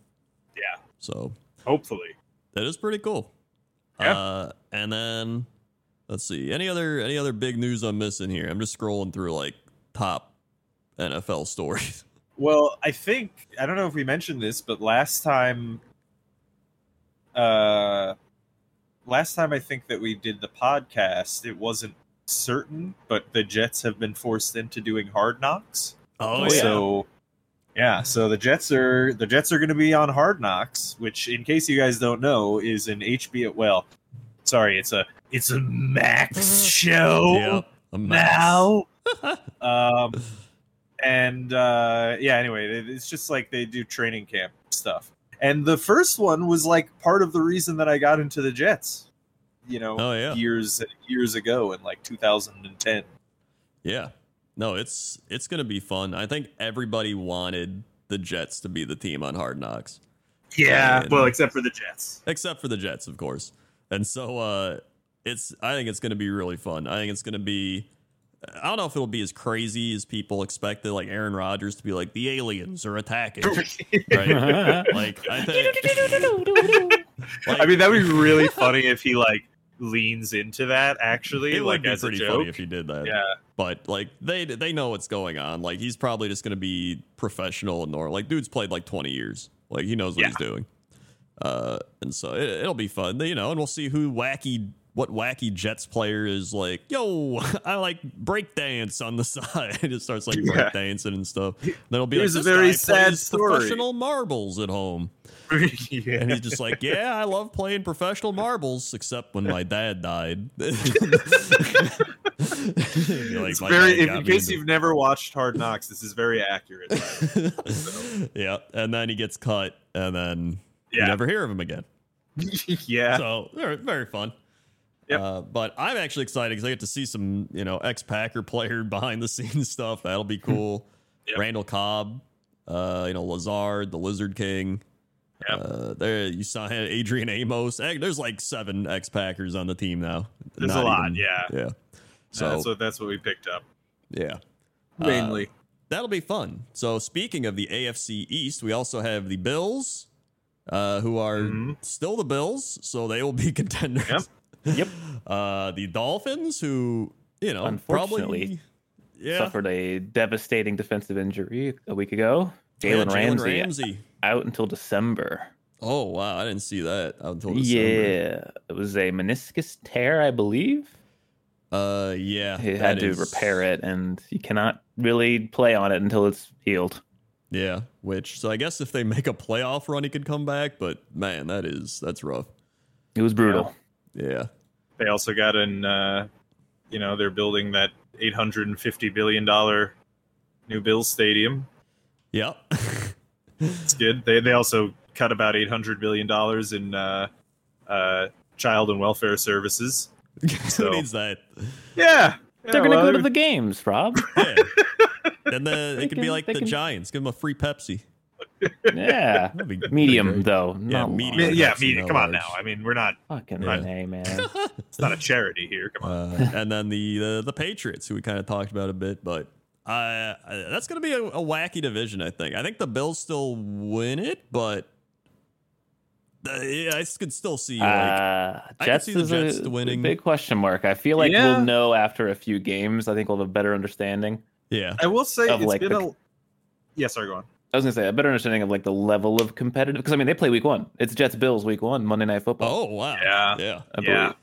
Speaker 2: Yeah.
Speaker 3: So
Speaker 2: hopefully
Speaker 3: that is pretty cool.
Speaker 2: Yeah.
Speaker 3: Uh, and then let's see any other any other big news I'm missing here. I'm just scrolling through like top NFL stories.
Speaker 2: Well, I think I don't know if we mentioned this, but last time, uh, last time I think that we did the podcast, it wasn't certain, but the Jets have been forced into doing hard knocks.
Speaker 1: Oh, yeah.
Speaker 2: So, yeah, so the Jets are the Jets are going to be on Hard Knocks, which, in case you guys don't know, is an HBO. Well, sorry, it's a it's a Max show
Speaker 3: yeah. A mess.
Speaker 2: now. um, and uh, yeah, anyway, it- it's just like they do training camp stuff. And the first one was like part of the reason that I got into the Jets, you know,
Speaker 3: Oh yeah.
Speaker 2: years years ago in like 2010.
Speaker 3: Yeah. No, it's it's gonna be fun. I think everybody wanted the Jets to be the team on Hard Knocks, Yeah, And- well,
Speaker 2: except for the Jets.
Speaker 3: except for the Jets, of course. And so uh it's I think it's gonna be really fun. I think it's gonna be I don't know if it'll be as crazy as people expected, like Aaron Rodgers to be like the aliens are attacking. right? Like I think like,
Speaker 2: I mean, that'd be really funny if he like leans into that actually,
Speaker 3: it would
Speaker 2: like
Speaker 3: be
Speaker 2: as a
Speaker 3: pretty
Speaker 2: joke.
Speaker 3: funny if he did that.
Speaker 2: Yeah.
Speaker 3: But like they they know what's going on. Like he's probably just gonna be professional and normal. Like dude's played like twenty years. Like he knows what
Speaker 2: Yeah.
Speaker 3: he's doing. Uh, and so it, it'll be fun, you know. And we'll see who wacky what wacky Jets player is like. Yo, I like breakdance on the side. it starts like
Speaker 2: Yeah.
Speaker 3: breakdancing and stuff. Then it'll be
Speaker 2: Here's
Speaker 3: like
Speaker 2: a
Speaker 3: "This
Speaker 2: very
Speaker 3: guy
Speaker 2: sad
Speaker 3: plays
Speaker 2: story."
Speaker 3: Professional marbles at home.
Speaker 2: yeah.
Speaker 3: And he's just like, yeah, I love playing professional marbles, except when my dad died. You're like,
Speaker 2: It's
Speaker 3: "My
Speaker 2: very,
Speaker 3: dad
Speaker 2: if,
Speaker 3: got
Speaker 2: in
Speaker 3: me
Speaker 2: case
Speaker 3: into-"
Speaker 2: you've never watched Hard Knocks, this is very accurate.
Speaker 3: yeah, and then he gets cut, and then you
Speaker 2: Yeah,
Speaker 3: never hear of him again.
Speaker 2: yeah,
Speaker 3: So very, very fun.
Speaker 2: Yep.
Speaker 3: Uh, but I'm actually excited because I get to see some, you know, ex-Packer player behind the scenes stuff. That'll be cool.
Speaker 2: Yep.
Speaker 3: Randall Cobb, uh, you know, Lazard, the Lizard King.
Speaker 2: Yep.
Speaker 3: Uh, there you saw him, Adrian Amos. Hey, There's like seven ex-Packers on the team now.
Speaker 2: there's a
Speaker 3: Not
Speaker 2: lot.
Speaker 3: even-
Speaker 2: yeah,
Speaker 3: Yeah. So
Speaker 2: that's what that's what we picked up
Speaker 3: yeah, Uh,
Speaker 2: mainly.
Speaker 3: that'll be fun. So speaking of the AFC East, we also have the Bills, uh, who are
Speaker 2: Mhm.
Speaker 3: still the Bills, so they will be contenders.
Speaker 2: Yep.
Speaker 1: Yep.
Speaker 3: Uh, the Dolphins, who you know,
Speaker 1: Unfortunately,
Speaker 3: probably yeah,
Speaker 1: Suffered a devastating defensive injury a week ago.
Speaker 3: yeah,
Speaker 1: Jalen
Speaker 3: Jalen
Speaker 1: Ramsey, out until December.
Speaker 3: Oh wow, I didn't see that out until December.
Speaker 1: Yeah, it was a meniscus tear, I believe.
Speaker 3: Yeah. Uh, yeah.
Speaker 1: He had to repair it, and you cannot really play on it until it's healed.
Speaker 3: Yeah. Which so I guess if they make a playoff run, he could come back. But man, that is that's rough.
Speaker 1: It was brutal.
Speaker 3: Yeah.
Speaker 2: They also got an, uh, you know, they're building that eight hundred and fifty billion dollar new Bills Stadium.
Speaker 3: Yep.
Speaker 2: It's good. They they also cut about eight hundred billion dollars in uh, uh, child and welfare services. So-
Speaker 3: Who needs that?
Speaker 1: They're
Speaker 2: Yeah, Yeah,
Speaker 1: gonna
Speaker 2: well,
Speaker 1: go to the games, Rob.
Speaker 3: Yeah. Then the, it could be
Speaker 1: can-
Speaker 3: like
Speaker 1: they
Speaker 3: the
Speaker 1: can-
Speaker 3: Giants. Give him a free Pepsi.
Speaker 1: yeah,
Speaker 3: That'd be pretty
Speaker 1: medium
Speaker 3: great.
Speaker 1: though.
Speaker 3: Yeah,
Speaker 1: not
Speaker 3: medium.
Speaker 2: I
Speaker 1: large.
Speaker 2: mean, yeah,
Speaker 3: Pepsi,
Speaker 2: media.
Speaker 3: no
Speaker 2: Come on
Speaker 3: large.
Speaker 2: now. I mean, we're not.
Speaker 1: Fucking
Speaker 3: Yeah.
Speaker 1: hey, man.
Speaker 2: It's not a charity here. Come on.
Speaker 3: Uh, and then the, the the Patriots, who we kind of talked about a bit, but uh, uh, that's going to be a, a wacky division. I think. I think the Bills still win it, but uh, yeah, I s- could still see like
Speaker 1: Uh,
Speaker 3: I could
Speaker 1: Jets
Speaker 3: see the
Speaker 1: is a
Speaker 3: Jets winning.
Speaker 1: big question mark. I feel like
Speaker 2: Yeah.
Speaker 1: we'll know after a few games. I think we'll have a better understanding.
Speaker 3: yeah,
Speaker 2: I will say
Speaker 1: Of,
Speaker 2: it's
Speaker 1: like,
Speaker 2: been
Speaker 1: the-
Speaker 2: a. Yeah, sorry, go on.
Speaker 1: I was gonna say a better understanding of like the level of competitive because I mean they play week one. It's Jets Bills week one Monday Night Football.
Speaker 3: oh wow,
Speaker 2: Yeah.
Speaker 3: yeah.
Speaker 1: I
Speaker 2: yeah.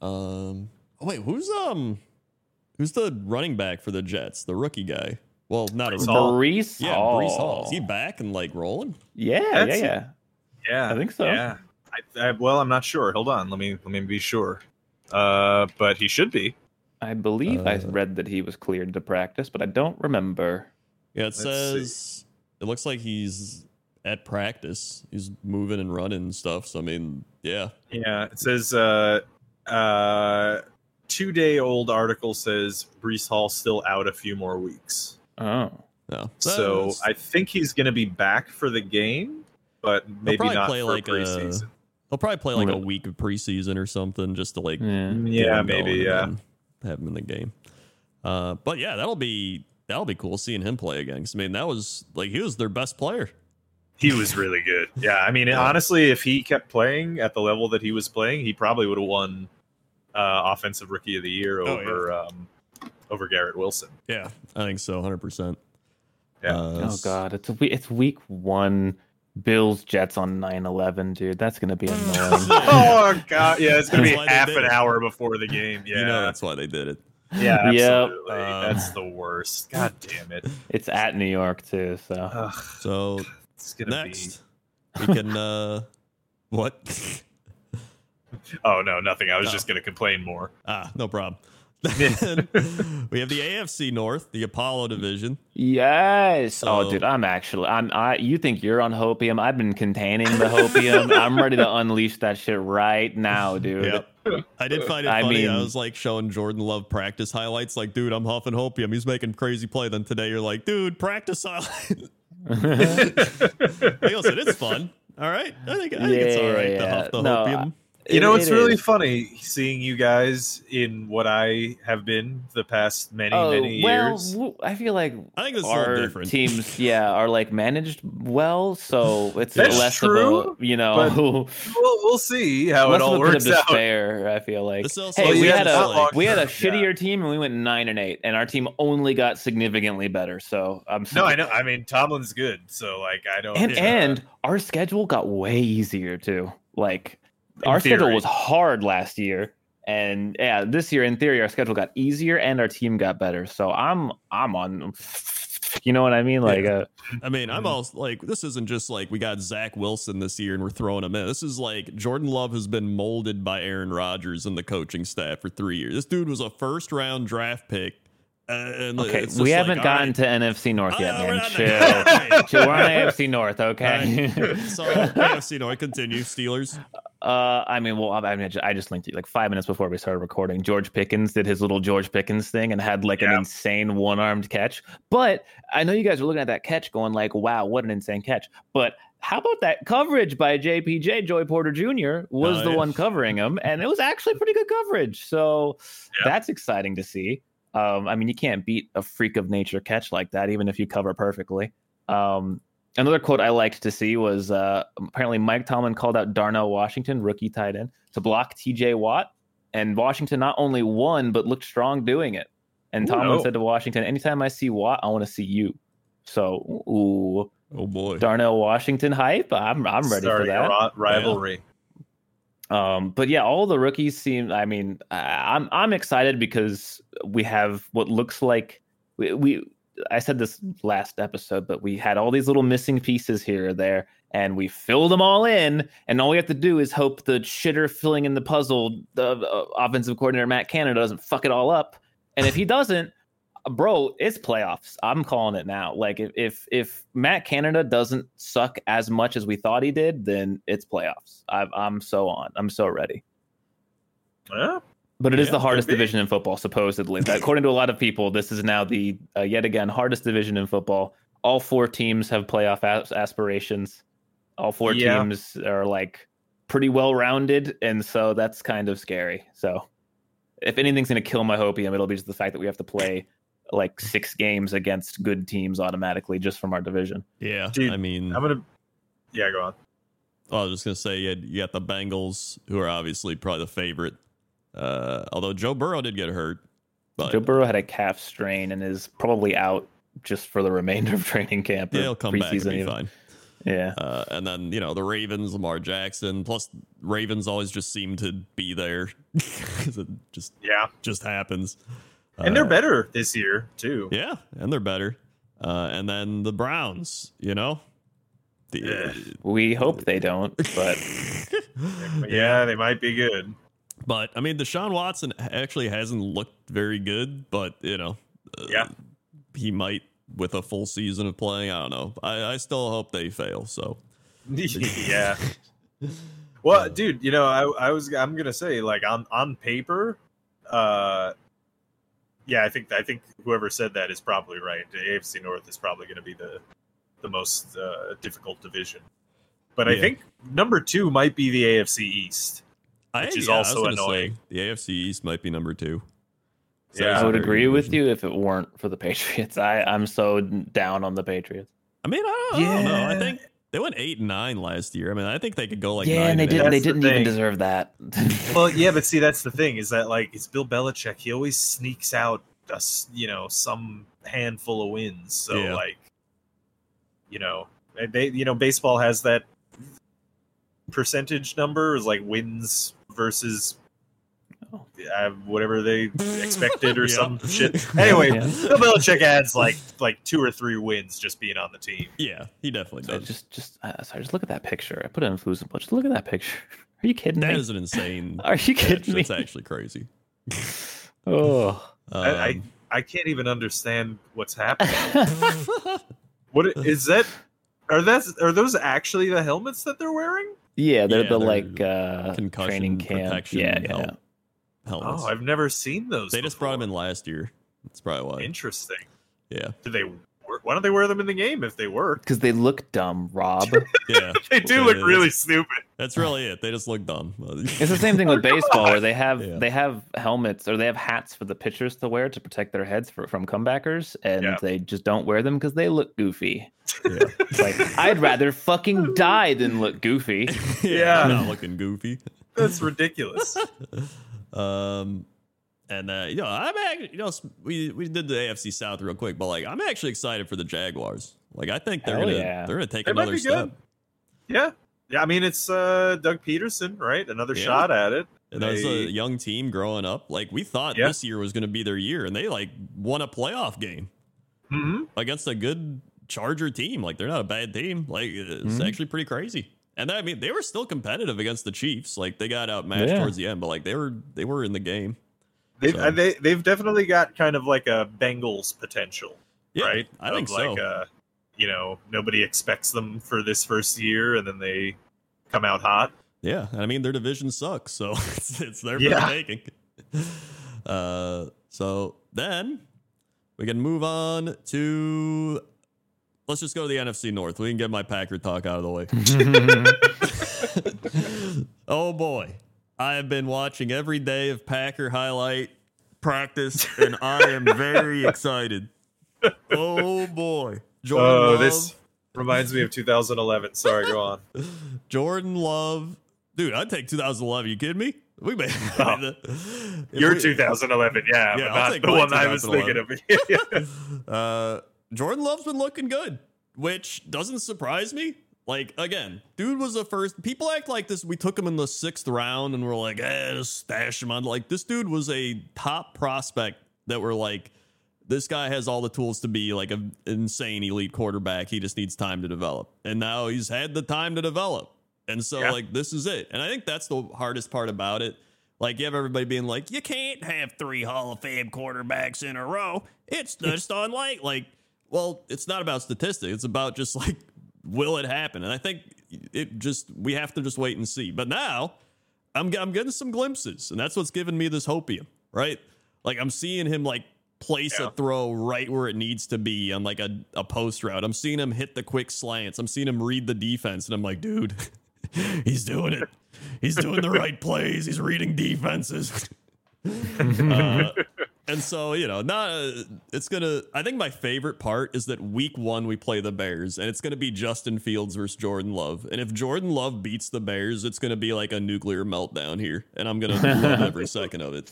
Speaker 1: believe.
Speaker 3: Um, oh, wait, who's um, who's the running back for the Jets? The rookie guy. Well, not
Speaker 2: Brees
Speaker 3: as
Speaker 2: Hall.
Speaker 1: Brees
Speaker 3: yeah,
Speaker 1: Hall.
Speaker 3: Brees Hall. Is he back and like rolling?
Speaker 1: Yeah, yeah,
Speaker 2: That's-
Speaker 1: yeah.
Speaker 2: Yeah,
Speaker 3: uh,
Speaker 1: I think so.
Speaker 2: Yeah. I, I, well, I'm not sure. Hold on. Let me let me be sure. Uh, but he should be.
Speaker 1: I believe I
Speaker 3: Uh,
Speaker 1: read that he was cleared to practice, but I don't remember.
Speaker 3: Yeah, it
Speaker 2: Let's see.
Speaker 3: says it looks like he's at practice. He's moving and running and stuff. So I mean, yeah,
Speaker 2: Yeah. It says uh, uh, two day old article says Brees Hall still out a few more weeks.
Speaker 1: Oh,
Speaker 3: no.
Speaker 2: So
Speaker 3: it's-
Speaker 2: I think he's going to be back for the game, but maybe
Speaker 3: probably
Speaker 2: not
Speaker 3: play
Speaker 2: for
Speaker 3: like a-
Speaker 2: preseason.
Speaker 3: they'll probably play like a
Speaker 1: Right.
Speaker 3: week of preseason or something just to like
Speaker 1: yeah.
Speaker 3: get
Speaker 2: yeah,
Speaker 3: him
Speaker 2: maybe.
Speaker 3: going
Speaker 2: Yeah.
Speaker 3: and then have him in the game. Uh, but yeah, that'll be that'll be cool seeing him play again. 'Cause, I mean, that was like he was their best player.
Speaker 2: He was really good. Yeah. I mean,
Speaker 3: Yeah.
Speaker 2: honestly, if he kept playing at the level that he was playing, he probably would have won uh, offensive rookie of the year
Speaker 3: Oh, yeah.
Speaker 2: over um, over Garrett Wilson.
Speaker 3: Yeah, I think so, hundred percent. Uh,
Speaker 2: Yeah.
Speaker 1: Oh god, it's a we- it's week one. Bills Jets on 9-11, dude. That's gonna be annoying.
Speaker 2: oh god, yeah, it's gonna be
Speaker 3: That's why they
Speaker 2: half
Speaker 3: did
Speaker 2: an
Speaker 3: it.
Speaker 2: hour before the game. Yeah,
Speaker 3: You know that's why they did it.
Speaker 2: yeah,
Speaker 1: Yep.
Speaker 2: absolutely. that's
Speaker 3: Um,
Speaker 2: the worst. God damn it.
Speaker 1: it's at New York too, so
Speaker 2: Ugh,
Speaker 3: So
Speaker 2: it's gonna
Speaker 3: next, we can uh, what?
Speaker 2: be. Oh no, nothing. I was
Speaker 3: Oh.
Speaker 2: just gonna complain more.
Speaker 3: Ah, no problem.
Speaker 2: Yeah.
Speaker 3: Then we have the AFC North, the Apollo division.
Speaker 1: yes.
Speaker 3: So-
Speaker 1: oh, dude, I'm actually I'm I. You think you're on hopium? I've been containing the hopium. I'm ready to unleash that shit right now, dude.
Speaker 3: Yep. I did find it
Speaker 1: I
Speaker 3: funny. I
Speaker 1: mean-
Speaker 3: was like showing Jordan Love practice highlights, like, dude, I'm huffing hopium. He's making crazy play. Then today you're like, dude, practice highlights. Like I said, it's fun. All right. I think, I think it's all right to
Speaker 1: Yeah,
Speaker 3: huff the
Speaker 1: no,
Speaker 3: hopium.
Speaker 2: You know,
Speaker 1: It-
Speaker 2: it's
Speaker 1: it
Speaker 2: really
Speaker 1: is.
Speaker 2: funny seeing you guys in what I have been the past many,
Speaker 1: Oh
Speaker 2: many
Speaker 1: well,
Speaker 2: years.
Speaker 1: w- I feel like
Speaker 3: I think this is a
Speaker 1: our
Speaker 3: little different.
Speaker 1: teams, yeah, are like managed well, so it's
Speaker 2: That's
Speaker 1: less
Speaker 2: true,
Speaker 1: of a you know
Speaker 2: We'll, we'll see how
Speaker 1: less
Speaker 2: it all
Speaker 1: of a bit of
Speaker 2: works out.
Speaker 1: despair. I feel like
Speaker 3: This also
Speaker 1: hey,
Speaker 2: is
Speaker 1: we had
Speaker 2: not
Speaker 1: a
Speaker 2: long
Speaker 1: we had a
Speaker 2: term, yeah.
Speaker 1: shittier team and we went nine and eight, and our team only got significantly better. So I'm
Speaker 2: No,
Speaker 1: sorry.
Speaker 2: I know. I mean, Tomlin's good, so like, I don't.
Speaker 1: and
Speaker 2: yeah.
Speaker 1: and our schedule got way easier too. Like
Speaker 2: In
Speaker 1: our schedule
Speaker 2: theory.
Speaker 1: was hard last year. And yeah, this year in theory, our schedule got easier and our team got better. So I'm I'm on, you know what I mean? Like,
Speaker 3: Yeah.
Speaker 1: uh,
Speaker 3: I mean, I'm also like, this isn't just like we got Zach Wilson this year and we're throwing him in. This is like Jordan Love has been molded by Aaron Rodgers and the coaching staff for three years. This dude was a first round draft pick. Uh, and
Speaker 1: okay,
Speaker 3: it's just
Speaker 1: we
Speaker 3: like,
Speaker 1: haven't
Speaker 3: all
Speaker 1: gotten
Speaker 3: right.
Speaker 1: to NFC North yet,
Speaker 3: Oh, we're
Speaker 1: man.
Speaker 3: not-
Speaker 1: Chill.
Speaker 3: Right.
Speaker 1: Chill, we're on AFC North, okay?
Speaker 3: so AFC North continue Steelers.
Speaker 1: Uh, I mean, well, I, I mean, I ju- I just linked it like five minutes before we started recording. George Pickens did his little George Pickens thing and had like an
Speaker 2: Yeah.
Speaker 1: insane one armed catch. But I know you guys were looking at that catch going like, wow, what an insane catch. But how about that coverage by JPJ, Joy Porter Jr. was
Speaker 3: Oh,
Speaker 1: the
Speaker 3: yeah.
Speaker 1: one covering him. And it was actually pretty good coverage. So
Speaker 2: Yeah.
Speaker 1: that's exciting to see. Um, I mean, you can't beat a freak of nature catch like that, even if you cover perfectly. Um, another quote I liked to see was uh, apparently Mike Tomlin called out Darnell Washington, rookie tight end, to block TJ Watt. And Washington not only won, but looked strong doing it. And
Speaker 2: Ooh,
Speaker 1: Tomlin
Speaker 2: no.
Speaker 1: said to Washington, anytime I see Watt, I want to see you. So, ooh,
Speaker 3: Oh boy.
Speaker 1: Darnell Washington hype. I'm, I'm ready
Speaker 2: Starting
Speaker 1: for
Speaker 2: a
Speaker 1: that.
Speaker 2: ri- rivalry.
Speaker 1: Um, but yeah, all the rookies seem. I mean, I- I'm I'm excited because we have what looks like we, we. I said this last episode, but we had all these little missing pieces here or there, and we fill them all in. And all we have to do is hope the shitter filling in the puzzle, the uh, offensive coordinator Matt Canada doesn't fuck it all up. And if he doesn't, bro, it's playoffs. I'm calling it now. Like if if if Matt Canada doesn't suck as much as we thought he did, then it's playoffs. I've, I'm so on. I'm so ready.
Speaker 2: Yeah.
Speaker 1: But it is
Speaker 2: Yeah,
Speaker 1: the hardest
Speaker 2: could be.
Speaker 1: division in football, supposedly. According to a lot of people, this is now the uh, yet again hardest division in football. All four teams have playoff as- aspirations. All four
Speaker 2: Yeah.
Speaker 1: teams are like pretty well rounded, and so that's kind of scary. So, if anything's going to kill my hopium, it'll be just the fact that we have to play like six games against good teams automatically just from our division.
Speaker 3: Yeah.
Speaker 2: Dude,
Speaker 3: I mean,
Speaker 2: I'm
Speaker 1: Hmm.
Speaker 2: gonna. Yeah, go on.
Speaker 3: I was just gonna say you, had, you got the Bengals, who are obviously probably the favorite. Uh, although Joe Burrow did get hurt, but
Speaker 1: Joe Burrow had a calf strain and is probably out just for the remainder of training camp. or
Speaker 3: yeah, he'll come back and
Speaker 1: preseason
Speaker 3: be
Speaker 1: even.
Speaker 3: fine.
Speaker 1: Yeah.
Speaker 3: Uh, and then you know the Ravens, Lamar Jackson. Plus, Ravens always just seem to be there 'Cause it just
Speaker 2: Yeah,
Speaker 3: just happens.
Speaker 2: and they're
Speaker 3: Uh,
Speaker 2: better this year too.
Speaker 3: Yeah, and they're better. Uh, and then the Browns, you know,
Speaker 2: Yeah.
Speaker 1: We hope they don't, but
Speaker 2: Yeah, they might be good.
Speaker 3: But I mean, Deshaun Watson actually hasn't looked very good, but you know, uh,
Speaker 2: Yeah.
Speaker 3: he might with a full season of playing. I don't know. I, I still hope they fail. So
Speaker 2: yeah. Well, dude, you know, I, I was I'm gonna say like on on paper, uh, yeah, I think I think whoever said that is probably right. The AFC North is probably gonna be the the most uh, difficult division, but I
Speaker 3: Yeah.
Speaker 2: think number two might be the AFC East.
Speaker 3: I,
Speaker 2: Which is
Speaker 3: I was
Speaker 2: also
Speaker 3: gonna say,
Speaker 2: annoying.
Speaker 3: the AFC East might be number two.
Speaker 2: Yeah.
Speaker 1: I would
Speaker 3: Sorry,
Speaker 1: agree with
Speaker 3: division.
Speaker 1: you if it weren't for the Patriots. I, I'm so down on the Patriots.
Speaker 3: I mean, I don't, I don't know. I
Speaker 2: Yeah.
Speaker 3: think they went eight and nine last year. I mean, I think they could go like
Speaker 1: yeah,
Speaker 3: nine
Speaker 1: and they
Speaker 3: eight.
Speaker 1: didn't. They
Speaker 2: That's the
Speaker 1: didn't even
Speaker 2: thing.
Speaker 1: deserve that.
Speaker 2: Well, yeah, but see, that's the thing is that like it's Bill Belichick. He always sneaks out us, you know, some handful of wins. So
Speaker 3: Yeah.
Speaker 2: like, you know, they, you know, baseball has that percentage number is like wins versus
Speaker 1: Oh.
Speaker 2: uh, whatever they expected or
Speaker 3: Yeah.
Speaker 2: some shit. Anyway,
Speaker 1: Yeah.
Speaker 2: Bill Belichick adds like like two or three wins just being on the team.
Speaker 3: Yeah, he definitely
Speaker 1: So
Speaker 3: does.
Speaker 1: just, just uh, sorry. Just look at that picture. I put it in Foosball. Just look at that picture. Are you kidding
Speaker 3: That
Speaker 1: me?
Speaker 3: is an insane.
Speaker 1: Are you
Speaker 3: catch.
Speaker 1: kidding me?
Speaker 3: That's actually crazy.
Speaker 1: Oh.
Speaker 3: Um,
Speaker 2: I, I I can't even understand what's happening.
Speaker 1: I
Speaker 2: What i- is that? Are that's are those actually the helmets that they're wearing?
Speaker 1: yeah, they're
Speaker 3: Yeah,
Speaker 1: the
Speaker 3: they're
Speaker 1: like uh,
Speaker 3: concussion
Speaker 1: training camp.
Speaker 3: protection
Speaker 1: yeah, yeah.
Speaker 3: help. helmets.
Speaker 2: Oh, I've never seen those.
Speaker 3: they just brought him in last year. That's probably why.
Speaker 2: Interesting.
Speaker 3: Yeah,
Speaker 2: Do they? wear- Why don't they wear them in the game if they work?
Speaker 1: Because they look dumb, Rob.
Speaker 3: yeah.
Speaker 2: They do look
Speaker 3: Yeah,
Speaker 2: really stupid.
Speaker 3: That's really it. They just look dumb.
Speaker 1: It's the same thing with baseball where they have
Speaker 3: Yeah.
Speaker 1: they have helmets or they have hats for the pitchers to wear to protect their heads for, from comebackers, and
Speaker 2: Yeah.
Speaker 1: they just don't wear them because they look goofy.
Speaker 3: Yeah.
Speaker 1: It's like I'd rather fucking die than look goofy.
Speaker 2: Yeah.
Speaker 3: not looking goofy.
Speaker 2: That's ridiculous.
Speaker 3: Um, and uh, you know, I'm actually, you know, s- we we did the AFC South real quick, but like, I'm actually excited for the Jaguars. Like, I think they're
Speaker 1: Hell
Speaker 3: gonna
Speaker 1: yeah.
Speaker 3: they're gonna take
Speaker 2: They might
Speaker 3: another
Speaker 2: be
Speaker 3: step,
Speaker 2: good. yeah, yeah. I mean, it's uh, Doug Peterson, right? Another
Speaker 3: Yeah.
Speaker 2: shot at it.
Speaker 3: and as
Speaker 2: They-
Speaker 3: a young team growing up, like we thought
Speaker 2: Yeah.
Speaker 3: this year was gonna be their year, and they like won a playoff game.
Speaker 2: Mhm.
Speaker 3: against a good Charger team. Like they're not a bad team. Like it's
Speaker 2: Mm-hmm.
Speaker 1: Mhm.
Speaker 3: actually pretty crazy. And I mean, they were still competitive against the Chiefs. Like they got outmatched
Speaker 1: Yeah.
Speaker 3: towards the end, but like they were they were in the game.
Speaker 2: They've
Speaker 3: So-
Speaker 2: they, they've definitely got kind of like a Bengals potential.
Speaker 3: Yeah,
Speaker 2: right?
Speaker 3: I
Speaker 2: Of
Speaker 3: think
Speaker 2: like,
Speaker 3: so.
Speaker 2: Uh, you know, nobody expects them for this first year, and then they come out hot.
Speaker 3: yeah, and I mean their division sucks, so it's, it's there for
Speaker 2: Yeah.
Speaker 3: the taking. Uh, so then we can move on to. Let's just go to the NFC North. We can get my Packer talk out of the way. oh boy. I have been watching every day of Packer highlight practice, and I am very excited. Oh boy. Jordan
Speaker 2: Oh,
Speaker 3: Love
Speaker 2: this- Reminds me of 2011. Sorry, go on.
Speaker 3: Jordan Love, dude, I'd take 2011. You kidding me? We may.
Speaker 2: Oh.
Speaker 3: if
Speaker 2: Your
Speaker 3: we-
Speaker 2: 2011, yeah,
Speaker 3: Yeah, I'll
Speaker 2: but not
Speaker 3: take
Speaker 2: the
Speaker 3: my
Speaker 2: one I was thinking of. Yeah, yeah.
Speaker 3: uh, Jordan Love's been looking good, which doesn't surprise me. Like again, dude was the first. People act like this. We took him in the sixth round, and we're like, eh, just stash him on. Like this dude was a top prospect that we're like, this guy has all the tools to be like an insane elite quarterback. He just needs time to develop, and now he's had the time to develop. And so
Speaker 2: Yeah.
Speaker 3: like this is it. And I think that's the hardest part about it. Like you have everybody being like, you can't have three Hall of Fame quarterbacks in a row. It's just unlike like, well, it's not about statistics. It's about just like, will it happen? And I think it just we have to just wait and see. But now, I'm ge- I'm getting some glimpses, and that's what's giving me this hopium, right? Like I'm seeing him like place
Speaker 2: Yeah.
Speaker 3: a throw right where it needs to be on like a, a post route. I'm seeing him hit the quick slants. I'm seeing him read the defense, and I'm like, dude, he's doing it. He's doing the right plays. He's reading defenses. Uh, and so you know, not uh, it's gonna. I think my favorite part is that week one we play the Bears, and it's gonna be Justin Fields versus Jordan Love. And if Jordan Love beats the Bears, it's gonna be like a nuclear meltdown here, and I'm gonna love every second of it.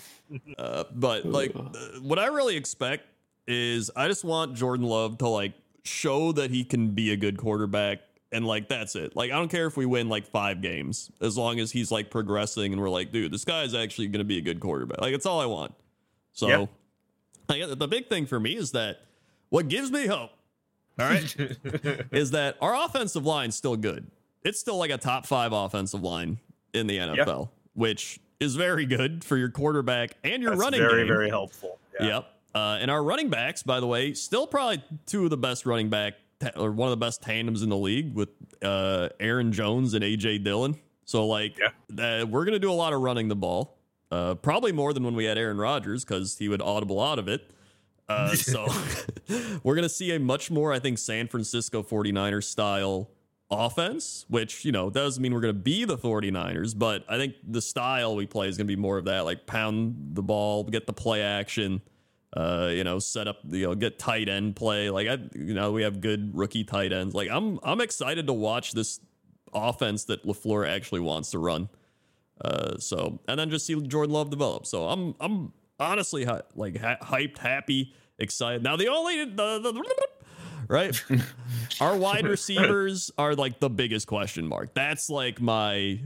Speaker 3: Uh, but like, uh, what I really expect is I just want Jordan Love to like show that he can be a good quarterback. And like that's it. Like I don't care if we win like five games, as long as he's like progressing, and we're like, dude, this guy is actually going to be a good quarterback. Like it's all I want. So,
Speaker 2: Yep.
Speaker 3: I guess the big thing for me is that what gives me hope, all right, is that our offensive line's still good. It's still like a top five offensive line in the NFL, which is very good for your quarterback and your
Speaker 2: That's
Speaker 3: running
Speaker 2: very,
Speaker 3: game.
Speaker 2: very helpful. Yeah.
Speaker 3: Yep. Uh, and our running backs, by the way, still probably two of the best running back ta- or one of the best tandems in the league with uh, Aaron Jones and AJ Dillon. So like,
Speaker 2: Yeah.
Speaker 3: that- we're gonna do a lot of running the ball. Uh, probably more than when we had Aaron Rodgers because he would audible out of it. Uh, so we're going to see a much more, I think, San Francisco 49ers style offense, which, you know, doesn't mean we're going to be the 49ers, but I think the style we play is going to be more of that like pound the ball, get the play action, uh, you know, set up, you know, get tight end play. Like, I, you know, we have good rookie tight ends. Like, I'm, I'm excited to watch this offense that LaFleur actually wants to run. Uh, so and then just see Jordan Love develop. So I'm I'm honestly hy- like ha- hyped, happy, excited. Now the only the, the right our wide receivers are like the biggest question mark. That's like my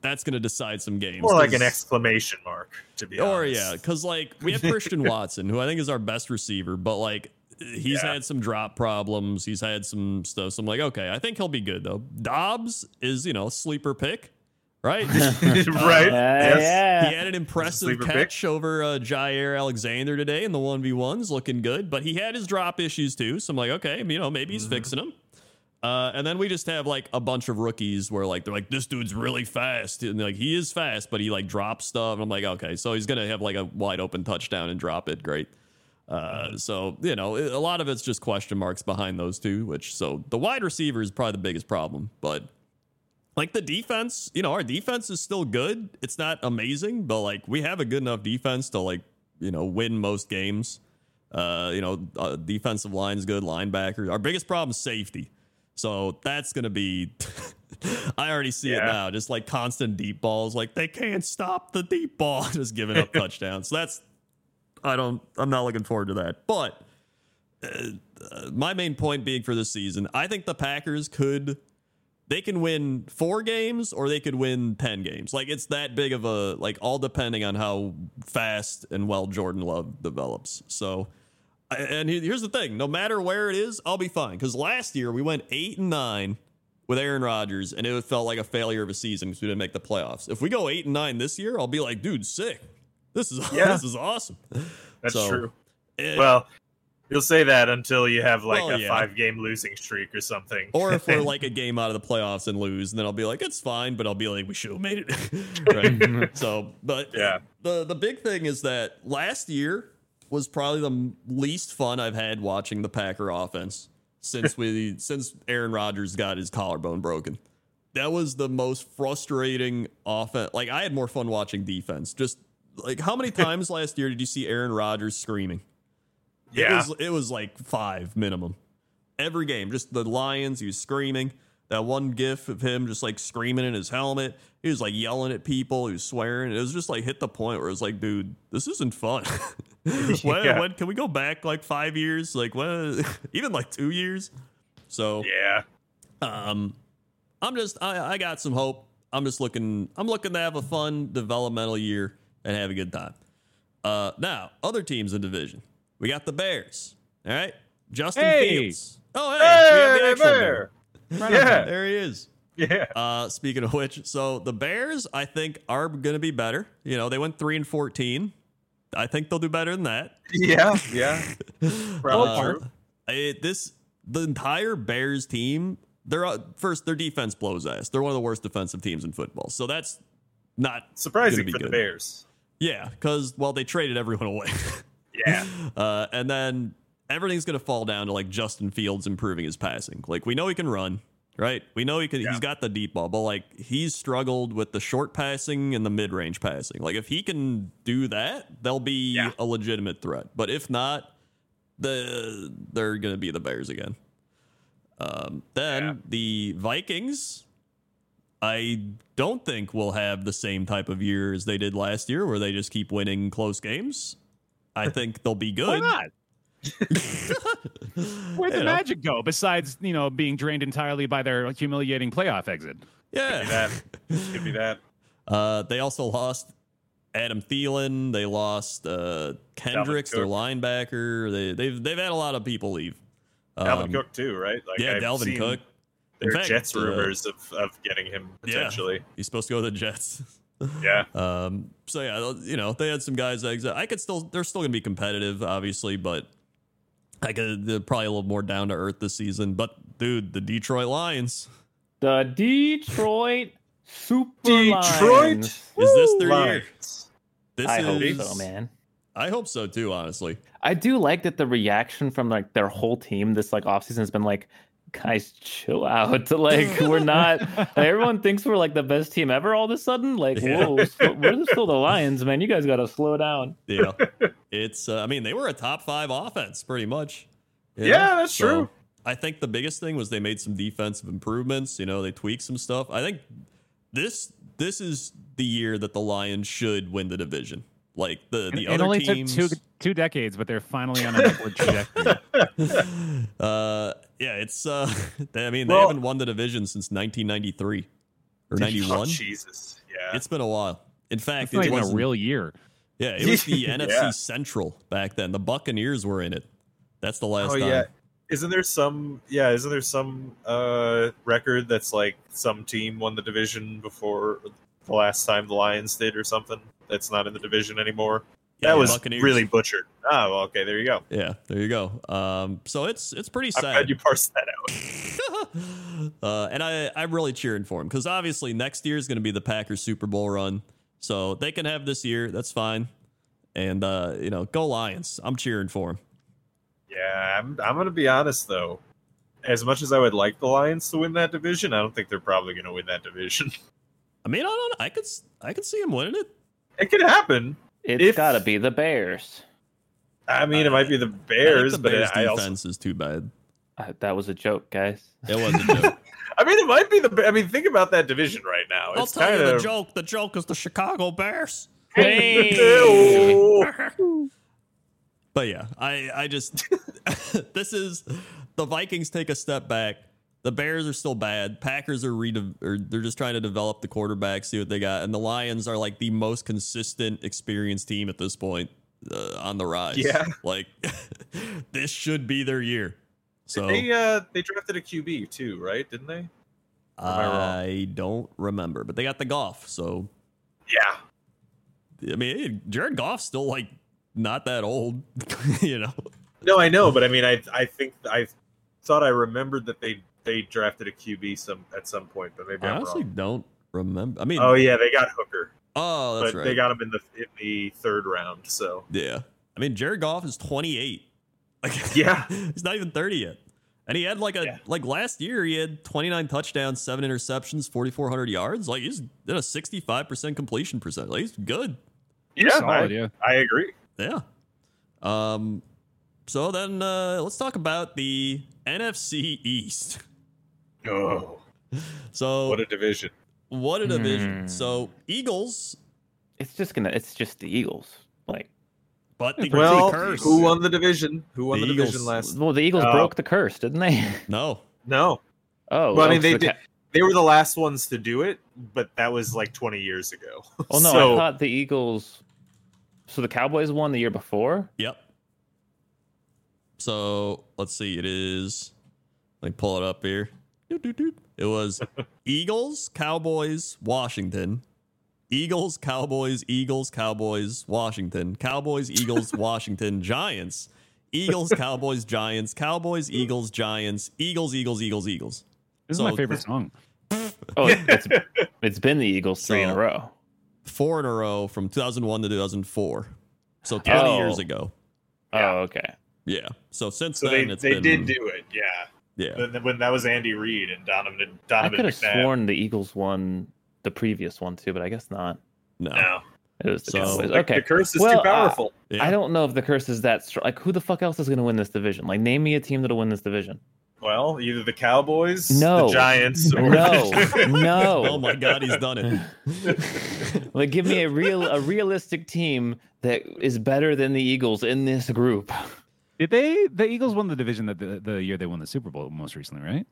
Speaker 3: that's gonna decide some games.
Speaker 2: More like an
Speaker 3: 'cause-
Speaker 2: exclamation mark, to be
Speaker 3: or
Speaker 2: honest.
Speaker 3: Oh, yeah, because like we have Christian Watson, who I think is our best receiver, but like he's
Speaker 2: Yeah.
Speaker 3: had some drop problems. He's had some stuff. So I'm like, okay, I think he'll be good though. Dobbs is you know a sleeper pick, right? Uh,
Speaker 2: right?
Speaker 1: Yeah,
Speaker 2: yes.
Speaker 3: He had an impressive
Speaker 2: Sleeper pick.
Speaker 3: catch over uh, Jair Alexander today in the 1v1s, looking good, but he had his drop issues too. So I'm like, okay, you know, maybe he's fixing them. Uh, and then we just have like a bunch of rookies where like they're like, this dude's really fast. And like, he is fast, but he like drops stuff. And I'm like, okay, so he's going to have like a wide open touchdown and drop it. Great. Uh, so, you know, a lot of it's just question marks behind those two, which so the wide receiver is probably the biggest problem, but like the defense, you know, our defense is still good. It's not amazing, but like we have a good enough defense to like, you know, win most games. Uh, you know, uh, defensive line's good, linebacker. Our biggest problem is safety. So that's going to be I already see it
Speaker 2: Yeah.
Speaker 3: now. Just like constant deep balls, like they can't stop the deep ball, just giving up touchdowns. So that's I don't I'm not looking forward to that. But uh, my main point being for this season, I think the Packers could they can win four games or they could win ten games. Like it's that big of a like all depending on how fast and well Jordan Love develops. So I- and he- here's the thing: no matter where it is, I'll be fine. Because last year we went eight and nine with Aaron Rodgers, and it felt like a failure of a season because we didn't make the playoffs. If we go eight and nine this year, I'll be like, dude, sick. This is
Speaker 2: Yeah.
Speaker 3: this is awesome.
Speaker 2: That's
Speaker 3: So,
Speaker 2: true.
Speaker 3: Eh,
Speaker 2: Well, you'll say that until you have like
Speaker 3: Well,
Speaker 2: a
Speaker 3: yeah.
Speaker 2: five-game losing streak or something.
Speaker 3: Or if we're like a game out of the playoffs and lose, and then I'll be like, it's fine, but I'll be like, we should have made it. right. So, but
Speaker 2: Yeah.
Speaker 3: the the big thing is that last year was probably the m- least fun I've had watching the Packer offense since we since Aaron Rodgers got his collarbone broken. That was the most frustrating offense. Like I had more fun watching defense. Just like how many times last year did you see Aaron Rodgers screaming?
Speaker 2: yeah,
Speaker 3: It was, it was like five minimum. Every game, just the Lions. He was screaming. That one GIF of him just like screaming in his helmet. He was like yelling at people. He was swearing. It was just like hit the point where it was like, dude, this isn't fun. when,
Speaker 2: Yeah.
Speaker 3: when can we go back like five years? Like when? Even like two years. So
Speaker 2: Yeah.
Speaker 3: um, I'm just I, I got some hope. I'm just looking I'm looking to have a fun developmental year and have a good time. Uh, now other teams in division. We got the Bears. All right, Justin
Speaker 1: Hey!
Speaker 3: Fields. Oh hey, we have the actual Bear.
Speaker 2: Yeah.
Speaker 3: There he is.
Speaker 2: Yeah.
Speaker 3: Uh, speaking of which, so the Bears I think are going to be better. You know they went three and fourteen. I think they'll do better than that.
Speaker 2: Yeah. Yeah. Probably
Speaker 3: Uh,
Speaker 2: true.
Speaker 3: it- this the entire Bears team. They're uh, first. Their defense blows ass. They're one of the worst defensive teams in football. So that's not gonna
Speaker 2: Surprising
Speaker 3: be
Speaker 2: for the
Speaker 3: good.
Speaker 2: Bears.
Speaker 3: yeah. Because well, they traded everyone away.
Speaker 2: Yeah.
Speaker 3: uh, and then everything's gonna fall down to like Justin Fields improving his passing. Like we know he can run, right? We know he can.
Speaker 2: Yeah.
Speaker 3: He's got the deep ball, but like he's struggled with the short passing and the mid range passing. Like if he can do that, they'll be
Speaker 2: Yeah.
Speaker 3: a legitimate threat. But if not, the they're gonna be the Bears again. Um, then
Speaker 2: Yeah.
Speaker 3: the Vikings. I don't think will have the same type of year as they did last year, where they just keep winning close games. I think they'll be
Speaker 4: Why
Speaker 3: good.
Speaker 4: not? Where'd
Speaker 3: You know,
Speaker 4: the magic go? Besides, you know, being drained entirely by their humiliating playoff exit.
Speaker 2: Give me
Speaker 3: Yeah.
Speaker 2: that. Give me that.
Speaker 3: Uh, they also lost Adam Thielen. They lost uh, Kendricks, their
Speaker 2: Cook.
Speaker 3: linebacker. They, they've they've had a lot of people leave.
Speaker 2: Dalvin
Speaker 3: Um,
Speaker 2: Cook too, right? Like
Speaker 3: yeah,
Speaker 2: I've
Speaker 3: Dalvin
Speaker 2: seen
Speaker 3: Cook.
Speaker 2: There
Speaker 3: In
Speaker 2: are
Speaker 3: fact,
Speaker 2: Jets
Speaker 3: uh,
Speaker 2: rumors of, of getting him
Speaker 3: Yeah.
Speaker 2: potentially.
Speaker 3: He's supposed to go to the Jets.
Speaker 2: Yeah.
Speaker 3: Um, so yeah, you know, they had some guys exit. I could still, they're still going to be competitive, obviously, but I could they're probably a little more down to earth this season. But dude, the Detroit Lions
Speaker 1: The Detroit Super
Speaker 2: Detroit?
Speaker 1: Lions.
Speaker 3: is this their year?
Speaker 2: Lions.
Speaker 3: This
Speaker 1: I hope
Speaker 3: is,
Speaker 1: so, man.
Speaker 3: I hope so too. Honestly,
Speaker 1: I do like that the reaction from like their whole team this like offseason has been like, guys, chill out. Like we're not everyone thinks we're like the best team ever all of a sudden. Like,
Speaker 3: Yeah.
Speaker 1: whoa, so- we're still the Lions, man. You guys gotta slow down.
Speaker 3: yeah, it's. Uh, I mean, they were a top five offense pretty much. you
Speaker 2: Yeah,
Speaker 3: know?
Speaker 2: that's
Speaker 3: So,
Speaker 2: true.
Speaker 3: I think the biggest thing was they made some defensive improvements. You know, they tweaked some stuff. I think this this is the year that the Lions should win the division. Like the the
Speaker 4: it
Speaker 3: other
Speaker 4: only
Speaker 3: teams,
Speaker 4: took two two decades, but they're finally on an upward trajectory.
Speaker 3: uh, yeah, it's. Uh, they, I mean, they
Speaker 2: Well-
Speaker 3: haven't won the division since 1993 or
Speaker 2: Oh,
Speaker 3: 91.
Speaker 2: Jesus. Yeah.
Speaker 3: it's been a while. In fact,
Speaker 4: It's not
Speaker 3: it
Speaker 4: even
Speaker 3: was
Speaker 4: a real year.
Speaker 3: Yeah, it was the
Speaker 2: Yeah.
Speaker 3: NFC Central back then. The Buccaneers were in it. That's the last
Speaker 2: oh
Speaker 3: time.
Speaker 2: yeah. Isn't there some yeah, isn't there some uh record that's like some team won the division before the last time the Lions did or something that's not in the division anymore?
Speaker 3: Yeah,
Speaker 2: that was
Speaker 3: Buccaneers.
Speaker 2: really butchered. Oh, well, okay, there you go.
Speaker 3: Yeah, there you go. Um, so it's it's pretty
Speaker 2: I'm glad
Speaker 3: sad.
Speaker 2: you parsed that out.
Speaker 3: uh, and I I'm really cheering for him because obviously next year is going to be the Packers Super Bowl run, so they can have this year. That's fine. And uh, you know, go Lions. I'm cheering for him.
Speaker 2: Yeah, I'm, I'm going to be honest though. As much as I would like the Lions to win that division, I don't think they're probably going to win that division.
Speaker 3: I mean, I don't. I could s- I could see him winning it.
Speaker 2: it could happen.
Speaker 1: It's
Speaker 2: If-
Speaker 1: gotta be the Bears.
Speaker 2: I mean, it might be the
Speaker 3: Uh, I
Speaker 2: Bears,
Speaker 3: think the
Speaker 2: but
Speaker 3: Bears
Speaker 2: I also
Speaker 3: defense is too bad.
Speaker 1: Uh, that was a joke, guys.
Speaker 3: It wasn't. a joke.
Speaker 2: I mean, it might be the. I mean, think about that division right now.
Speaker 3: I'll
Speaker 2: it's
Speaker 3: tell
Speaker 2: kind
Speaker 3: you the
Speaker 2: of
Speaker 3: joke. The joke is the Chicago Bears.
Speaker 1: Hey!
Speaker 3: But yeah, I I just this is the Vikings take a step back. The Bears are still bad. Packers are re or they're just trying to develop the quarterback, see what they got. And the Lions are like the most consistent, experienced team at this point uh, on the rise.
Speaker 2: Yeah.
Speaker 3: like this should be their year. So
Speaker 2: They uh, they drafted a QB too, right? Didn't they? I wrong?
Speaker 3: I don't remember, but they got the golf. So
Speaker 2: Yeah.
Speaker 3: I mean, Jared Goff's still like not that old, you know.
Speaker 2: No, I know, but I mean, I I think I thought I remembered that they they drafted a QB some at some point, but maybe
Speaker 3: I
Speaker 2: I'm
Speaker 3: honestly
Speaker 2: wrong.
Speaker 3: don't remember. I mean,
Speaker 2: Oh yeah, they got Hooker,
Speaker 3: oh, that's
Speaker 2: but
Speaker 3: right.
Speaker 2: they got him in the in the third round. So
Speaker 3: Yeah. I mean, Jared Goff is 28. Like,
Speaker 2: Yeah.
Speaker 3: he's not even 30 yet. And he had like a
Speaker 2: Yeah.
Speaker 3: like last year he had 29 touchdowns, 7 interceptions, 4400 yards. Like he's at a 65% completion percent. Like he's good.
Speaker 2: yeah,
Speaker 4: Solid,
Speaker 2: I,
Speaker 4: yeah.
Speaker 2: I agree.
Speaker 3: Yeah. Um so then uh let's talk about the NFC East.
Speaker 2: Oh,
Speaker 3: So
Speaker 2: what a division!
Speaker 3: what a division.
Speaker 1: Hmm.
Speaker 3: So Eagles,
Speaker 1: It's just gonna. It's just the Eagles. Like,
Speaker 3: but the,
Speaker 2: Well,
Speaker 3: the curse.
Speaker 2: who won the division? Who won
Speaker 3: The
Speaker 2: the,
Speaker 3: Eagles.
Speaker 2: division last?
Speaker 1: well, the Eagles
Speaker 2: Uh,
Speaker 1: broke the curse, didn't they?
Speaker 3: No,
Speaker 2: No,
Speaker 1: Oh,
Speaker 2: Well, I mean,
Speaker 1: oh,
Speaker 2: they
Speaker 1: the
Speaker 2: did-
Speaker 1: Ca-
Speaker 2: they were the last ones to do it, but that was like 20 years ago.
Speaker 1: oh no,
Speaker 2: So-
Speaker 1: I thought the Eagles. So the Cowboys won the year before.
Speaker 3: Yep. So let's see. It is. Let me pull it up here. Doot, doot, doot. It was Eagles, Cowboys, Washington. Eagles, Cowboys, Eagles, Cowboys, Washington. Cowboys, Eagles, Washington, Giants. Eagles, Cowboys, Giants. Cowboys, Eagles, Giants. Eagles, Eagles, Eagles, Eagles.
Speaker 4: This is
Speaker 3: So-
Speaker 4: my favorite song.
Speaker 1: Oh, it's it's been the Eagles three in a
Speaker 3: So-
Speaker 1: row.
Speaker 3: Four in a row from 2001 to 2004. So 20
Speaker 1: Oh.
Speaker 3: years ago.
Speaker 2: Yeah.
Speaker 1: Oh, okay.
Speaker 3: Yeah. So since
Speaker 2: So
Speaker 3: then,
Speaker 2: they,
Speaker 3: it's
Speaker 2: they
Speaker 3: been.
Speaker 2: did do it, yeah.
Speaker 3: Yeah.
Speaker 2: Then- When that was Andy Reid and Donovan
Speaker 1: I
Speaker 2: Donovan
Speaker 1: could have
Speaker 2: McNabb.
Speaker 1: sworn the Eagles won the previous one too, but I guess not.
Speaker 3: No.
Speaker 2: No,
Speaker 1: It was the
Speaker 3: So-
Speaker 1: Cowboys.
Speaker 2: The-
Speaker 1: Okay.
Speaker 2: The curse is
Speaker 1: Well,
Speaker 2: too
Speaker 1: uh,
Speaker 2: powerful.
Speaker 3: Yeah.
Speaker 1: I don't know if the curse is that strong. Like, who the fuck else is going to win this division? Like, name me a team that'll win this division.
Speaker 2: well, either the Cowboys,
Speaker 1: No.
Speaker 2: the Giants, or
Speaker 1: No, no.
Speaker 3: Oh my God, he's done it.
Speaker 1: Like, give me a real, a realistic team that is better than the Eagles in this group.
Speaker 4: Did they? The Eagles won the division that the, the year they won the Super Bowl most recently, right?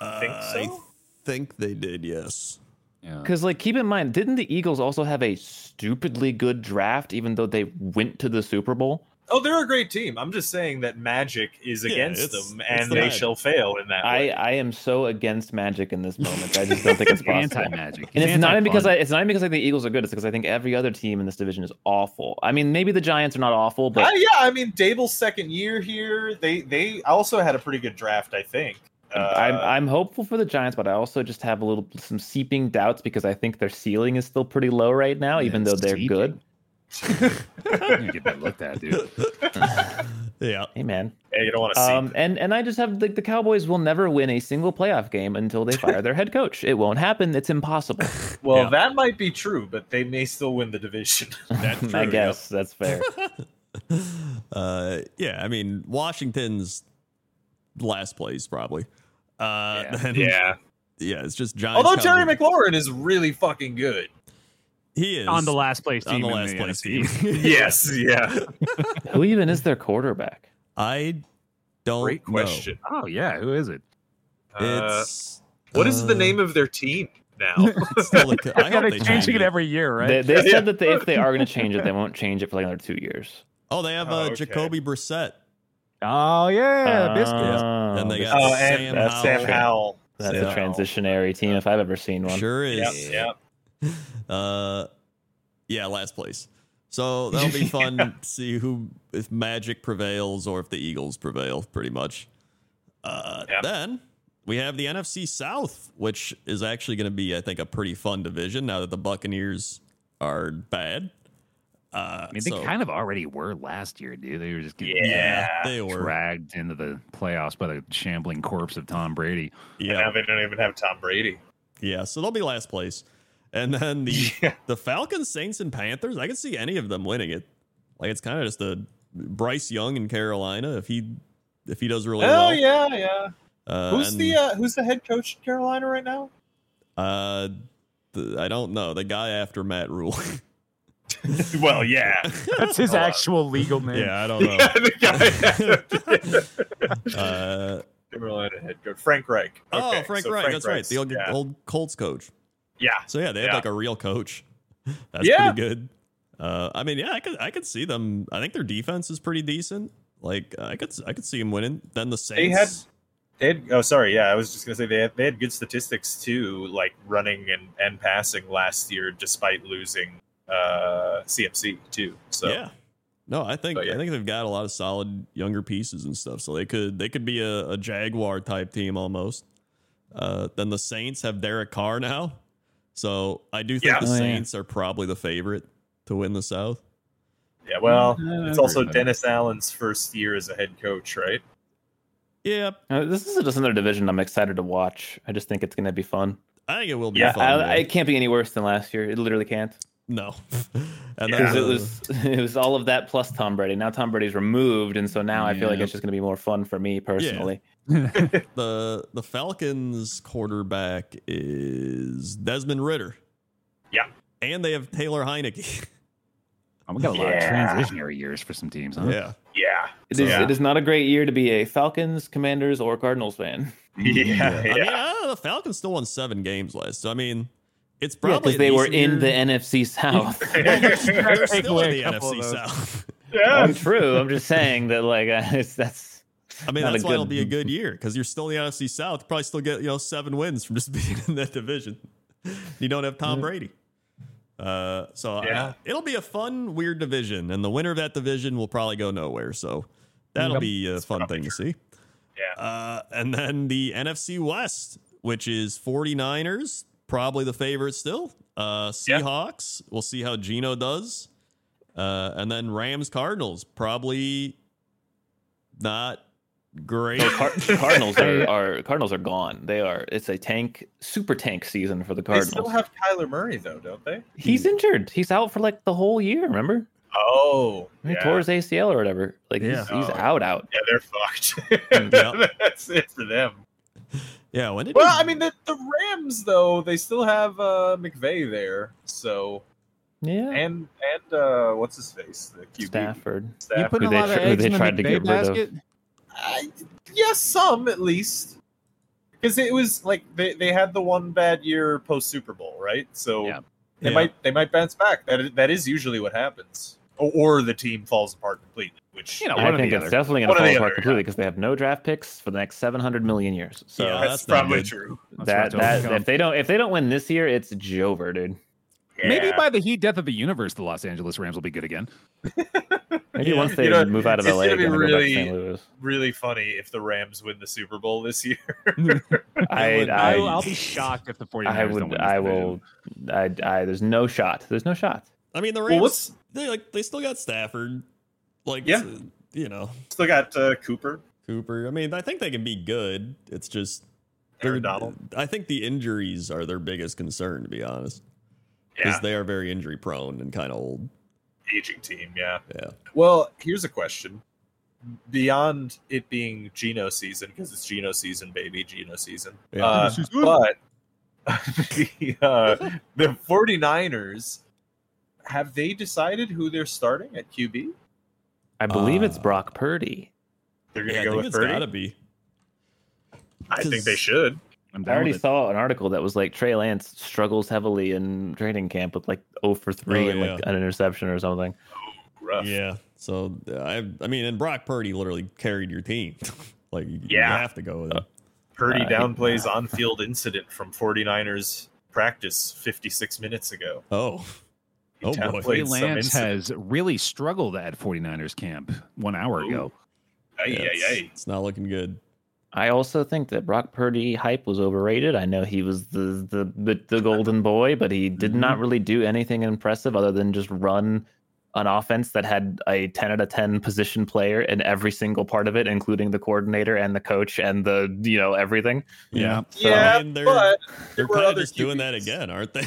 Speaker 2: I think
Speaker 3: Uh,
Speaker 2: so.
Speaker 3: think they did, yes.
Speaker 4: Yeah.
Speaker 1: Because, like, keep in mind, didn't the Eagles also have a stupidly good draft, even though they went to the Super Bowl?
Speaker 2: Oh, they're a great team. I'm just saying that magic is
Speaker 3: Yeah,
Speaker 2: against
Speaker 3: it's-
Speaker 2: them,
Speaker 3: it's
Speaker 2: and
Speaker 3: the
Speaker 2: they
Speaker 3: magic.
Speaker 2: shall fail in that.
Speaker 1: I,
Speaker 2: way.
Speaker 1: I am so against magic in this moment. I just don't think it's possible.
Speaker 4: Anti magic.
Speaker 1: And it's not even because I, it's not even because I think the Eagles are good. It's because I think every other team in this division is awful. I mean, maybe the Giants are not awful, but
Speaker 2: Uh, yeah, I mean Dable's second year here. They they also had a pretty good draft, I think. Uh,
Speaker 1: I'm I'm hopeful for the Giants, but I also just have a little some seeping doubts because I think their ceiling is still pretty low right now, even though they're good.
Speaker 4: you get that looked at, dude.
Speaker 3: Yeah.
Speaker 1: Hey man,
Speaker 2: yeah, you don't want to see.
Speaker 1: um, and and I just have like the Cowboys will never win a single playoff game until they fire their head coach. It won't happen. It's impossible.
Speaker 2: well,
Speaker 3: yeah.
Speaker 2: that might be true, but they may still win the division.
Speaker 3: That's true,
Speaker 1: I
Speaker 3: yeah.
Speaker 1: guess that's fair.
Speaker 3: Uh, yeah, I mean, Washington's last place, probably. Uh,
Speaker 1: Yeah.
Speaker 3: and- yeah, it's just Giants.
Speaker 2: Although Terry
Speaker 3: Cowboys.
Speaker 2: McLaurin is really fucking good.
Speaker 3: He is.
Speaker 4: On the last place
Speaker 3: on
Speaker 4: team.
Speaker 3: the
Speaker 4: in
Speaker 3: last place
Speaker 4: NFC.
Speaker 3: team.
Speaker 2: Yes. Yeah.
Speaker 1: Who even is their quarterback?
Speaker 3: I don't
Speaker 2: Great
Speaker 3: know.
Speaker 2: question.
Speaker 4: Oh yeah, who is it?
Speaker 2: Uh,
Speaker 3: It's.
Speaker 2: what is the
Speaker 3: uh,
Speaker 2: name of their team now?
Speaker 3: it's still the, I hope they change it.
Speaker 4: every year,
Speaker 1: They, they
Speaker 2: Yeah.
Speaker 1: said that they, if they are going to change it, they won't change it for like another two years.
Speaker 3: Oh, they have uh,
Speaker 2: Oh, okay.
Speaker 3: Jacoby Brissett.
Speaker 4: Oh yeah, biscuits.
Speaker 1: Oh,
Speaker 3: and they
Speaker 1: this-
Speaker 3: got
Speaker 2: Oh, and
Speaker 3: Sam,
Speaker 1: that's
Speaker 3: Howell.
Speaker 2: Sam Howell.
Speaker 1: that's
Speaker 3: Sam
Speaker 1: a transitionary team if I've ever seen one.
Speaker 3: Sure is.
Speaker 2: Yep. Yep.
Speaker 3: Uh, yeah, last place. So that'll be fun to see who if Magic prevails or if the Eagles prevail, pretty much. Uh,
Speaker 2: Yep.
Speaker 3: Then we have the NFC South, which is actually going to be, I think, a pretty fun division now that the Buccaneers are bad. Uh,
Speaker 4: I mean, they
Speaker 3: so-
Speaker 4: kind of already were last year, dude. They were just getting
Speaker 2: Yeah.
Speaker 3: they were.
Speaker 4: dragged into the playoffs by the shambling corpse of Tom Brady.
Speaker 3: Yeah,
Speaker 2: Now they don't even have Tom Brady.
Speaker 3: yeah. So they'll be last place, and then the
Speaker 2: Yeah.
Speaker 3: the Falcons, Saints, and Panthers. I can see any of them winning it. Like it's kind of just a Bryce Young in Carolina. If he if he does really
Speaker 2: Oh
Speaker 3: well,
Speaker 2: yeah, yeah.
Speaker 3: Uh,
Speaker 2: Who's
Speaker 3: and,
Speaker 2: the uh, Who's the head coach in Carolina right now?
Speaker 3: uh, the, I don't know the guy after Matt Rule.
Speaker 2: Well, yeah,
Speaker 4: That's his
Speaker 2: Hello.
Speaker 4: actual legal name.
Speaker 3: yeah, I don't know.
Speaker 2: the guy.
Speaker 3: uh,
Speaker 2: Carolina head coach Frank Reich.
Speaker 3: oh,
Speaker 2: Okay,
Speaker 3: Frank
Speaker 2: so
Speaker 3: Reich. That's right. The old,
Speaker 2: Reich's- yeah.
Speaker 3: old Colts coach.
Speaker 2: yeah.
Speaker 3: So yeah, they have
Speaker 2: Yeah.
Speaker 3: like a real coach. That's
Speaker 2: Yeah.
Speaker 3: pretty good. Uh, I mean, yeah, I could I could see them. I think their defense is pretty decent. Like I could I could see them winning. Then the Saints.
Speaker 2: They had- They had, oh, sorry. Yeah, I was just gonna say they had, they had good statistics too, like running and, and passing last year, despite losing uh, CMC too. So
Speaker 3: Yeah. No, I think
Speaker 2: So, yeah.
Speaker 3: I think they've got a lot of solid younger pieces and stuff. So they could they could be a, a Jaguar type team almost. Uh, then the Saints have Derek Carr now. So I do think
Speaker 2: Yeah.
Speaker 3: the
Speaker 1: Oh, yeah.
Speaker 3: Saints are probably the favorite to win the South.
Speaker 2: yeah. Well,
Speaker 1: Mm-hmm.
Speaker 4: Yeah, I
Speaker 2: it's also
Speaker 4: agree with
Speaker 2: Dennis Allen's first year as a head coach, right?
Speaker 3: Yeah,
Speaker 1: Uh, this is just another division I'm excited to watch. I just think it's going to be fun.
Speaker 3: I think it will be
Speaker 2: Yeah,
Speaker 3: fun.
Speaker 1: I,
Speaker 3: yeah.
Speaker 1: it can't be any worse than last year. It literally can't.
Speaker 3: no. And uh,
Speaker 1: because
Speaker 3: that
Speaker 1: it was it was all of that plus Tom Brady. Now Tom Brady's removed, and so now I feel like
Speaker 3: Yeah.
Speaker 1: it's just going to be more fun for me personally.
Speaker 3: the the Falcons quarterback is Desmond Ritter.
Speaker 2: Yeah.
Speaker 3: And they have Taylor Heineke.
Speaker 4: Oh, we got a lot of
Speaker 2: Yeah.
Speaker 4: transitionary years for some teams, huh?
Speaker 1: Oh.
Speaker 3: Yeah.
Speaker 2: Yeah.
Speaker 1: It is
Speaker 2: Yeah.
Speaker 1: it is not a great year to be a Falcons, Commanders, or Cardinals fan.
Speaker 2: Yeah.
Speaker 3: I mean,
Speaker 2: yeah.
Speaker 3: I don't know, the Falcons still won seven games last. So I mean, it's
Speaker 1: Yeah,
Speaker 3: probably
Speaker 1: because
Speaker 3: an
Speaker 1: they were
Speaker 3: easier-
Speaker 1: in the NFC South.
Speaker 3: They're
Speaker 4: Take
Speaker 3: still in
Speaker 4: away
Speaker 3: the
Speaker 4: a couple
Speaker 3: NFC
Speaker 4: of those.
Speaker 3: South.
Speaker 1: I'm true. I'm just saying that like uh, it's, that's
Speaker 3: I mean,
Speaker 1: Not a
Speaker 3: that's why it'll
Speaker 1: good-
Speaker 3: be a good year because you're still in the NFC South. Probably still get you know seven wins from just being in that division. You don't have Tom Brady, uh, so uh,
Speaker 2: Yeah.
Speaker 3: it'll be a fun, weird division, and the winner of that division will probably go nowhere. So that'll
Speaker 4: Yep.
Speaker 3: be a fun thing to see.
Speaker 2: Yeah.
Speaker 3: Uh, and then the NFC West, which is 49ers, probably the favorite still. Uh,
Speaker 2: Yeah.
Speaker 3: Seahawks, we'll see how Gino does. Uh, and then Rams Cardinals, probably not great.
Speaker 1: the Car- Cardinals are, are Cardinals are gone. They are. It's a tank, super tank season for the
Speaker 2: They
Speaker 1: Cardinals.
Speaker 2: still have Kyler Murray though, don't they?
Speaker 1: He's injured. He's out for like the whole year. Remember,
Speaker 2: Oh,
Speaker 1: he tore his ACL or whatever. Like he's,
Speaker 2: Yeah.
Speaker 1: he's
Speaker 2: Oh.
Speaker 1: out, out.
Speaker 2: Yeah, they're fucked.
Speaker 3: Yeah.
Speaker 2: That's it for them.
Speaker 3: yeah, when did
Speaker 2: Well,
Speaker 3: he-
Speaker 2: I mean, the, the Rams though they still have uh, McVay there, so
Speaker 1: Yeah,
Speaker 2: and and uh, what's his face, the QB
Speaker 1: Stafford.
Speaker 2: Staff.
Speaker 1: put- Who they tr- who they tried to get rid of.
Speaker 2: I, yeah, some at least, because it was like they, they had the one bad year post Super Bowl, right? So
Speaker 4: Yeah.
Speaker 2: they
Speaker 3: Yeah.
Speaker 2: might they might bounce back. That is, that is usually what happens, or, or the team falls apart completely. Which
Speaker 4: You know,
Speaker 1: I
Speaker 4: one or
Speaker 1: think
Speaker 4: the
Speaker 1: it's
Speaker 4: other.
Speaker 1: definitely going
Speaker 2: One
Speaker 1: to
Speaker 2: or
Speaker 1: fall
Speaker 2: the
Speaker 1: apart
Speaker 2: other,
Speaker 1: completely because they have no draft picks for the next 700 million years. So
Speaker 3: Yeah,
Speaker 2: that's,
Speaker 3: that's not
Speaker 2: probably
Speaker 3: good.
Speaker 2: true.
Speaker 1: that, that if they don't if they don't win this year, it's Jover, dude.
Speaker 4: Maybe
Speaker 2: Yeah.
Speaker 4: by the heat death of the universe, the Los Angeles Rams will be good again.
Speaker 1: Maybe
Speaker 3: Yeah.
Speaker 1: once they
Speaker 2: You know,
Speaker 1: move out of
Speaker 2: it's
Speaker 1: LA
Speaker 2: gonna
Speaker 1: again,
Speaker 2: be
Speaker 1: and go back to
Speaker 2: really-
Speaker 1: St. Louis.
Speaker 2: really funny if the Rams win the Super Bowl this year.
Speaker 1: I,
Speaker 3: would-
Speaker 4: I,
Speaker 1: I,
Speaker 4: will I'll be shocked if the 49ers
Speaker 1: I
Speaker 4: don't
Speaker 1: would.
Speaker 4: win this
Speaker 1: I
Speaker 4: division.
Speaker 1: will. I, I. There's no shot. There's no shot.
Speaker 3: I mean the
Speaker 2: Well,
Speaker 3: Rams
Speaker 2: what's
Speaker 3: they like they still got Stafford, like uh,
Speaker 2: Yeah.
Speaker 3: you know
Speaker 2: still got uh, Cooper?
Speaker 3: Cooper. I mean, I think they can be good. It's just
Speaker 2: Aaron
Speaker 3: they're-
Speaker 2: Donald.
Speaker 3: I think the injuries are their biggest concern, to be honest, because
Speaker 2: Yeah,
Speaker 3: they are very injury prone and kind of old.
Speaker 2: aging team. Yeah.
Speaker 3: Yeah.
Speaker 2: Well, here's a question. Beyond it being Geno season, because it's Geno season, baby, Geno season.
Speaker 3: Yeah.
Speaker 2: Uh, but the, uh, the 49ers, have they decided who they're starting at QB?
Speaker 1: I believe it's
Speaker 3: Uh,
Speaker 1: Brock Purdy.
Speaker 2: They're going to
Speaker 3: Yeah, I
Speaker 2: go
Speaker 3: think
Speaker 2: with
Speaker 3: it's
Speaker 2: Purdy?
Speaker 3: gotta be.
Speaker 2: I think they should.
Speaker 4: I'm
Speaker 1: I
Speaker 4: down
Speaker 1: already
Speaker 4: with it.
Speaker 1: saw an article that was like Trey Lance struggles heavily in training camp with like 0 for 3
Speaker 3: Oh,
Speaker 1: and like an interception or something.
Speaker 2: Rough.
Speaker 3: Yeah. So uh, I, I mean, and Brock Purdy literally carried your team. like, you, you
Speaker 2: Yeah. Uh.
Speaker 3: have to go with him.
Speaker 2: Purdy
Speaker 1: I-
Speaker 2: downplays on field incident from 49ers practice 56 minutes ago.
Speaker 3: Oh,
Speaker 2: He
Speaker 3: Oh, boy.
Speaker 2: downplayed
Speaker 4: Trey
Speaker 2: some
Speaker 4: Lance
Speaker 2: incident.
Speaker 4: has really struggled at 49ers camp one hour ago.
Speaker 2: Ay,
Speaker 3: yeah,
Speaker 2: ay,
Speaker 3: it's,
Speaker 2: ay.
Speaker 3: it's not looking good.
Speaker 1: I also think that Brock Purdy hype was overrated. I know he was the the the, the golden boy, but he did
Speaker 2: Mm-hmm.
Speaker 1: not really do anything impressive other than just run an offense that had a 10 out of 10 position player in every single part of it including the coordinator and the coach and the you know everything
Speaker 3: Yeah.
Speaker 1: So-
Speaker 2: Yeah,
Speaker 3: I mean, they're
Speaker 2: but
Speaker 3: they're
Speaker 2: there were
Speaker 3: kind of
Speaker 2: other
Speaker 3: just doing that
Speaker 2: QBs.
Speaker 3: again, aren't they?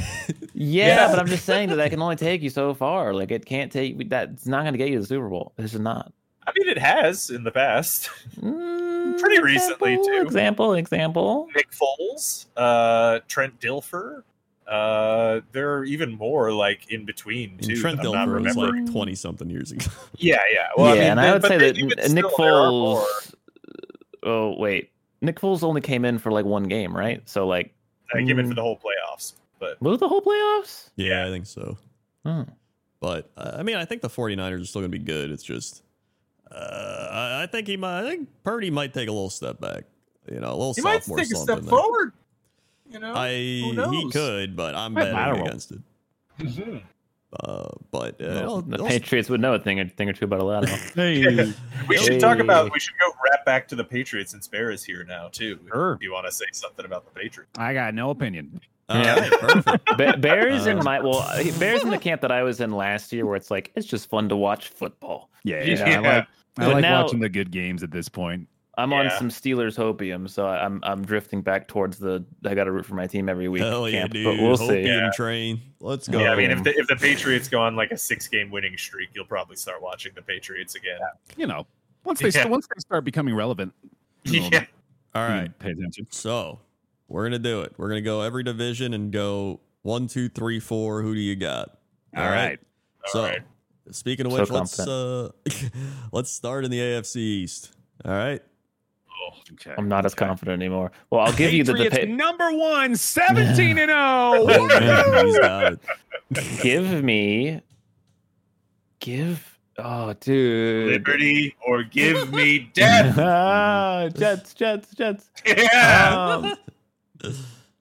Speaker 1: yeah,
Speaker 2: Yeah.
Speaker 1: but i'm just saying that that can only take you so far like it can't take that's not going to get you to the super bowl this is not
Speaker 2: I mean, it has in the past.
Speaker 1: Mm,
Speaker 2: Pretty recently,
Speaker 1: example,
Speaker 2: too.
Speaker 1: example example
Speaker 2: Nick Foles, uh, Trent Dilfer. Uh, there are even more like in between
Speaker 3: And
Speaker 2: too.
Speaker 3: Trent
Speaker 2: that I'm not
Speaker 3: Dilfer was
Speaker 2: remembering.
Speaker 3: like twenty something years ago.
Speaker 2: yeah, yeah. Well,
Speaker 1: yeah,
Speaker 2: I mean,
Speaker 1: and
Speaker 2: they-
Speaker 1: I would
Speaker 2: but
Speaker 1: say
Speaker 2: they-
Speaker 1: that
Speaker 2: even
Speaker 1: N- Nick
Speaker 2: still, there are
Speaker 1: Foles.
Speaker 2: more.
Speaker 1: Oh wait, Nick Foles only came in for like one game, right? So like,
Speaker 2: I came in for
Speaker 1: Mm.
Speaker 2: the whole playoffs, but
Speaker 1: was it the whole playoffs?
Speaker 3: Yeah, I think so.
Speaker 1: Hmm.
Speaker 3: But uh, I mean, I think the 49ers are still going to be good. It's just, uh, I, I think he might. I think Purdy might take a little step back. You know, a little
Speaker 2: he might
Speaker 3: sophomore
Speaker 2: take a
Speaker 3: slump
Speaker 2: step
Speaker 3: in there.
Speaker 2: forward. You know,
Speaker 3: I he
Speaker 2: knows?
Speaker 3: could, but I'm
Speaker 4: Might
Speaker 3: betting
Speaker 4: lateral.
Speaker 3: against it.
Speaker 2: Mhm.
Speaker 3: Uh, but uh,
Speaker 1: Well,
Speaker 3: it'll-
Speaker 1: the
Speaker 3: it'll-
Speaker 1: Patriots would know a thing or thing or two about a lateral.
Speaker 4: Hey.
Speaker 2: we should talk
Speaker 1: Hey.
Speaker 2: about. We should go wrap back to the Patriots and Spare is here now too.
Speaker 4: Sure.
Speaker 2: If you want to say something about the Patriots?
Speaker 4: I got no opinion.
Speaker 3: all
Speaker 1: Yeah.
Speaker 3: right, perfect.
Speaker 1: Ba- Bears in
Speaker 3: Uh.
Speaker 1: my well, Bears in the camp that I was in last year, where it's like it's just fun to watch football.
Speaker 4: Yeah,
Speaker 1: You know,
Speaker 4: I like, I
Speaker 1: But
Speaker 4: like
Speaker 1: now-
Speaker 4: watching the good games at this point.
Speaker 1: I'm on
Speaker 2: Yeah.
Speaker 1: some Steelers hopium, so I- I'm I'm drifting back towards the I got to root for my team every week.
Speaker 3: Hell yeah,
Speaker 1: camp,
Speaker 3: dude.
Speaker 1: But we'll
Speaker 3: Hope
Speaker 1: see.
Speaker 3: you
Speaker 2: Yeah.
Speaker 3: train. Let's go.
Speaker 2: Yeah, I mean, if the, if the Patriots go on like a six game winning streak, you'll probably start watching the Patriots again.
Speaker 4: You know, once they st-
Speaker 2: Yeah.
Speaker 4: once they start becoming relevant,
Speaker 2: Yeah,
Speaker 4: Yeah.
Speaker 3: All
Speaker 4: you
Speaker 3: right.
Speaker 4: pay attention.
Speaker 3: So we're gonna do it. We're gonna go every division and go one, two, three, four. Who do you got?
Speaker 4: All right.
Speaker 3: So
Speaker 2: Alright.
Speaker 3: speaking of
Speaker 1: So
Speaker 3: which, let's uh, let's start in the AFC East. All right.
Speaker 4: Okay.
Speaker 1: I'm not as confident anymore. Well, I'll give you the, the
Speaker 4: Patriots
Speaker 1: pa-
Speaker 4: number one, 17 and 0.
Speaker 3: Oh, man, he's got it.
Speaker 1: give me give oh dude.
Speaker 2: Liberty or give me death.
Speaker 1: Ah, Jets, Jets, Jets.
Speaker 2: Yeah.
Speaker 1: Um,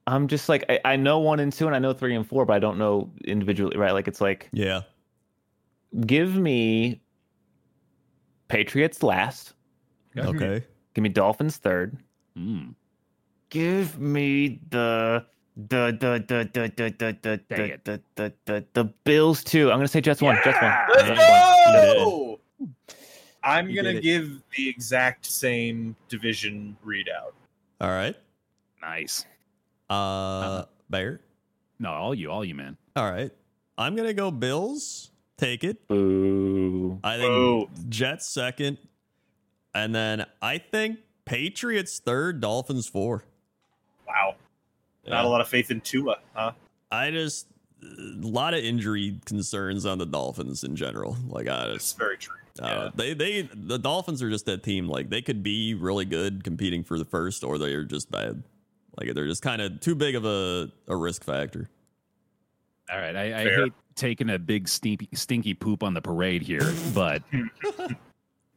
Speaker 1: I'm just like I, I know one and two, and I know three and four, but I don't know individually, right? Like it's like
Speaker 3: Yeah.
Speaker 1: give me Patriots last,
Speaker 3: Okay.
Speaker 1: give me Dolphins third,
Speaker 4: Mm,
Speaker 1: give me the the the the the the the the
Speaker 4: Dang
Speaker 1: the
Speaker 4: it.
Speaker 1: the the, the, the Bills two. I'm gonna say Jets one, Jets one.
Speaker 4: Yeah!
Speaker 1: Jets one.
Speaker 2: Let's go. I'm
Speaker 1: You
Speaker 2: going
Speaker 1: did
Speaker 2: to
Speaker 1: it.
Speaker 2: give the exact same division readout.
Speaker 3: All right.
Speaker 4: nice.
Speaker 3: Uh, Bear.
Speaker 4: No, all you, all you, man.
Speaker 3: All right. I'm gonna go Bills. Take it.
Speaker 1: Boo.
Speaker 3: I think
Speaker 2: Oh,
Speaker 3: Jets second, and then I think Patriots third, Dolphins four.
Speaker 2: wow. Not a lot of faith in Tua, huh?
Speaker 3: I just a lot of injury concerns on the Dolphins in general. Like I
Speaker 2: That's
Speaker 3: just
Speaker 2: very true.
Speaker 3: uh, they they the Dolphins are just that team. Like they could be really good competing for the first, or they are just bad. Like they're just kind of too big of a, a risk factor.
Speaker 4: All right. I, I
Speaker 2: Fair.
Speaker 4: hate taking a big stinky, stinky poop on the parade here, but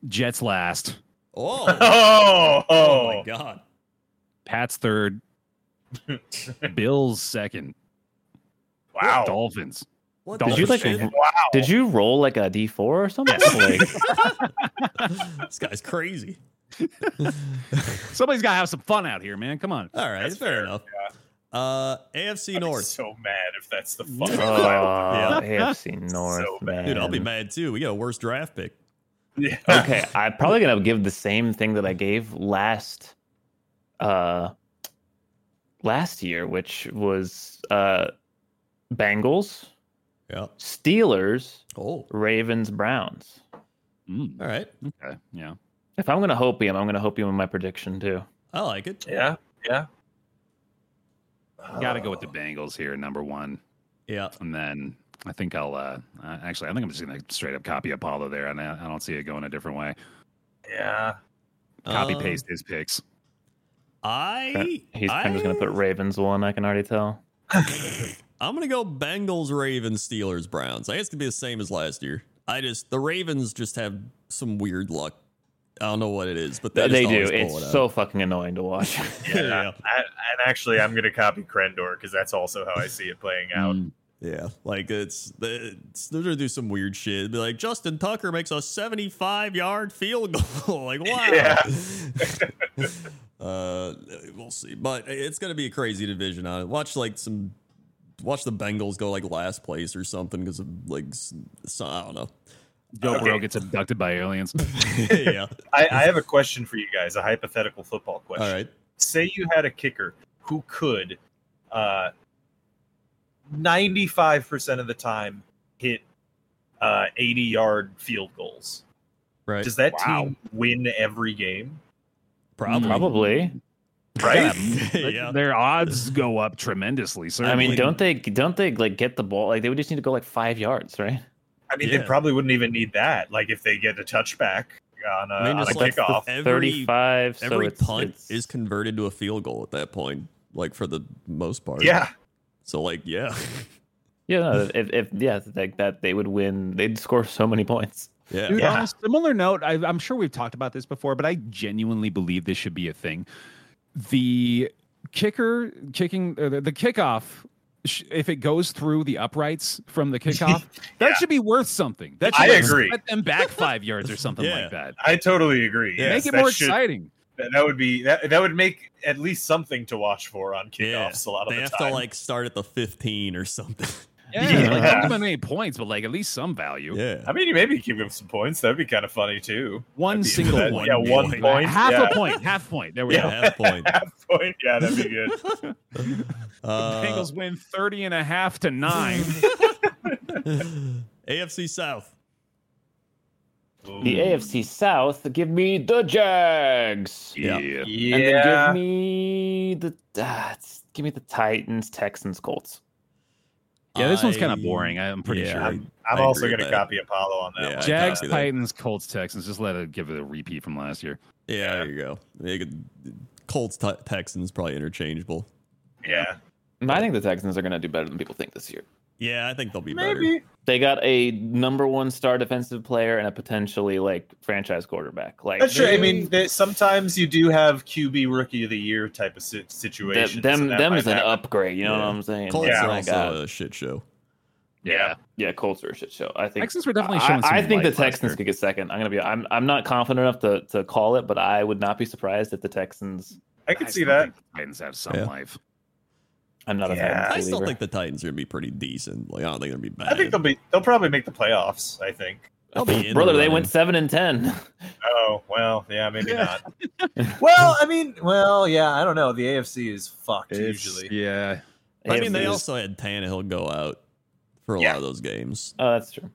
Speaker 4: Jets last,
Speaker 3: Oh, oh,
Speaker 2: Oh,
Speaker 3: my god!
Speaker 4: Pats third, Bills second,
Speaker 2: wow.
Speaker 4: Dolphins.
Speaker 3: What
Speaker 4: Did
Speaker 3: the
Speaker 1: you, like,
Speaker 3: shit?
Speaker 2: Wow.
Speaker 1: Did you roll like a D four or something? Like,
Speaker 3: this guy's crazy.
Speaker 4: Somebody's got to have some fun out here, man. Come on.
Speaker 3: All right,
Speaker 2: That's
Speaker 3: fair,
Speaker 2: fair,
Speaker 3: enough. Uh, AFC
Speaker 2: I'd be
Speaker 3: North.
Speaker 2: so mad if that's the fucking final.
Speaker 1: oh, AFC North,
Speaker 2: So bad.
Speaker 1: man.
Speaker 3: Dude, I'll be mad too. We got a worse draft pick.
Speaker 2: Yeah.
Speaker 1: okay i'm probably gonna give the same thing that i gave last uh last year which was uh bengals
Speaker 3: Yeah.
Speaker 1: steelers
Speaker 3: Oh.
Speaker 1: ravens browns
Speaker 4: Mm,
Speaker 3: All right.
Speaker 4: okay. Yeah.
Speaker 1: if i'm gonna hope him i'm gonna hope him in my prediction too
Speaker 3: I like it.
Speaker 2: Yeah. Yeah.
Speaker 4: Got to go with the Bengals here, number one.
Speaker 3: Yeah.
Speaker 4: And then I think I'll uh, uh actually, I think I'm just gonna straight up copy Apollo there, and I, I don't see it going a different way.
Speaker 2: Yeah.
Speaker 4: Copy
Speaker 3: Uh,
Speaker 4: paste his picks.
Speaker 3: I.
Speaker 1: he's
Speaker 3: I,
Speaker 1: i'm just gonna put ravens one i can already tell
Speaker 3: I'm gonna go Bengals, Ravens, Steelers, Browns. I guess it's gonna be the same as last year. I just the Ravens just have some weird luck. I don't know what it is, but they,
Speaker 1: they,
Speaker 3: just
Speaker 1: do
Speaker 3: always
Speaker 1: it's
Speaker 3: pull it out.
Speaker 1: so fucking annoying to watch
Speaker 2: Yeah. I, and actually, I'm going to copy Krendor because that's also how I see it playing out.
Speaker 4: Mm,
Speaker 3: yeah. Like it's, it's they're gonna do some weird shit. Be like Justin Tucker makes a 75 yard field goal. like wow.
Speaker 2: Yeah.
Speaker 3: uh, we'll see, but it's gonna be a crazy division. On it, watch like some. Watch the Bengals go like last place or something because of like s- so, I don't know. Uh,
Speaker 4: Joe
Speaker 2: Okay.
Speaker 4: Burrow gets abducted by aliens.
Speaker 3: yeah.
Speaker 2: I, I have a question for you guys, a hypothetical football question.
Speaker 3: All right.
Speaker 2: Say you had a kicker who could, uh, 95% of the time, hit uh, 80 yard field goals.
Speaker 3: Right.
Speaker 2: Does that
Speaker 4: Wow.
Speaker 2: team win every game?
Speaker 3: Probably.
Speaker 4: Mm.
Speaker 1: probably
Speaker 2: Right?
Speaker 3: yeah.
Speaker 4: Their odds go up tremendously. So
Speaker 1: i mean don't they don't they like get the ball like they would just need to go like five yards right
Speaker 2: I mean,
Speaker 3: Yeah.
Speaker 2: they probably wouldn't even need that. Like, if they get a touchback on a,
Speaker 3: I mean,
Speaker 2: on a
Speaker 3: just like
Speaker 2: kickoff.
Speaker 3: every
Speaker 1: 35 so
Speaker 3: every
Speaker 1: it's-
Speaker 3: punt
Speaker 1: it's-
Speaker 3: is converted to a field goal at that point, like for the most part.
Speaker 2: yeah.
Speaker 3: So like, yeah,
Speaker 1: Yeah, no, if, if yeah, like that they would win. They'd score so many points.
Speaker 3: yeah.
Speaker 4: Dude,
Speaker 2: Yeah.
Speaker 4: on a similar note, I, I'm sure we've talked about this before, but I genuinely believe this should be a thing. The kicker kicking or the, the kickoff, sh- if it goes through the uprights from the kickoff,
Speaker 2: Yeah.
Speaker 4: that should be worth something. That should
Speaker 2: I
Speaker 4: like,
Speaker 2: agree.
Speaker 4: Set them back five yards or something
Speaker 3: Yeah.
Speaker 4: like that.
Speaker 2: I totally agree.
Speaker 3: Yeah.
Speaker 2: Yes,
Speaker 4: Make it
Speaker 2: that
Speaker 4: more
Speaker 2: should-
Speaker 4: exciting.
Speaker 2: That, that would be that, that would make at least something to watch for on
Speaker 3: Yeah.
Speaker 2: kickoffs a lot of
Speaker 3: They
Speaker 2: the
Speaker 3: have
Speaker 2: time.
Speaker 3: to like start at the 15 or something.
Speaker 4: Yeah,
Speaker 2: Yeah.
Speaker 4: like, don't give him any points, but like at least some value.
Speaker 3: Yeah.
Speaker 2: I mean, maybe give him some points. That'd be kind of funny too.
Speaker 4: One
Speaker 2: That'd be-
Speaker 4: single
Speaker 2: that-
Speaker 4: one.
Speaker 2: Yeah, one
Speaker 3: point.
Speaker 2: point.
Speaker 4: half
Speaker 2: yeah.
Speaker 4: a point. Half point. There we
Speaker 3: Yeah,
Speaker 4: go.
Speaker 3: half point.
Speaker 2: Half point. Yeah, that'd be good.
Speaker 3: Uh,
Speaker 4: The Bengals win 30 and a half to nine.
Speaker 3: AFC South.
Speaker 1: The AFC South, give me the Jags.
Speaker 3: Yeah.
Speaker 2: Yeah.
Speaker 1: And then give me the uh, give me the Titans, Texans, Colts.
Speaker 4: yeah, this one's kind
Speaker 3: I-
Speaker 4: of boring. I'm pretty
Speaker 3: yeah,
Speaker 4: sure.
Speaker 3: I'm-
Speaker 2: I'm
Speaker 3: I
Speaker 2: also
Speaker 3: agree
Speaker 2: going to
Speaker 3: with that.
Speaker 2: copy Apollo on that
Speaker 3: Yeah,
Speaker 2: one.
Speaker 3: I
Speaker 4: Jags,
Speaker 3: copy that.
Speaker 4: Titans, Colts, Texans. Just let it give it a repeat from last year.
Speaker 3: Yeah, there you go. They could- Colts Ti- Texans probably interchangeable.
Speaker 2: Yeah.
Speaker 1: And I think the Texans are going to do better than people think this year.
Speaker 3: Yeah, I think they'll be better.
Speaker 2: Maybe.
Speaker 1: They got a number one star defensive player and a potentially like franchise quarterback. Like
Speaker 2: That's true. I
Speaker 1: they-
Speaker 2: mean, that sometimes you do have QB rookie of the year type of si-
Speaker 1: them
Speaker 2: situation.
Speaker 1: them, them is an upgrade. You know
Speaker 3: Yeah.
Speaker 1: what I'm saying?
Speaker 3: Colts
Speaker 1: Like,
Speaker 2: Yeah. Oh
Speaker 3: are
Speaker 1: my
Speaker 3: also
Speaker 1: God.
Speaker 3: a shit show.
Speaker 2: Yeah.
Speaker 1: yeah, Colts are a shit show. I think
Speaker 4: Texans were definitely showing.
Speaker 1: I, I
Speaker 4: some
Speaker 1: think the
Speaker 4: light last
Speaker 1: Texans
Speaker 4: year.
Speaker 1: could get second. I'm gonna be. I'm. I'm not confident enough to to call it, but I would not be surprised if the Texans.
Speaker 2: I could see
Speaker 4: still
Speaker 2: that.
Speaker 4: think the Titans have some
Speaker 3: Yeah.
Speaker 4: life.
Speaker 1: I'm not a
Speaker 2: Yeah.
Speaker 1: Titans
Speaker 3: I still
Speaker 1: believer.
Speaker 3: think the Titans are gonna be pretty decent. Like I don't think they're gonna be bad.
Speaker 2: I think they'll be. They'll probably make the playoffs. I think.
Speaker 3: They'll be in the
Speaker 1: brother. they
Speaker 3: running.
Speaker 1: went seven and ten.
Speaker 2: Oh well, yeah, maybe
Speaker 4: Yeah.
Speaker 2: not. well, I mean, well, yeah, I don't know. The AFC is fucked usually.
Speaker 4: yeah.
Speaker 3: I mean, they
Speaker 1: It was-
Speaker 3: also had Tannehill go out for a
Speaker 2: Yeah.
Speaker 3: lot of those games.
Speaker 1: Oh, that's true.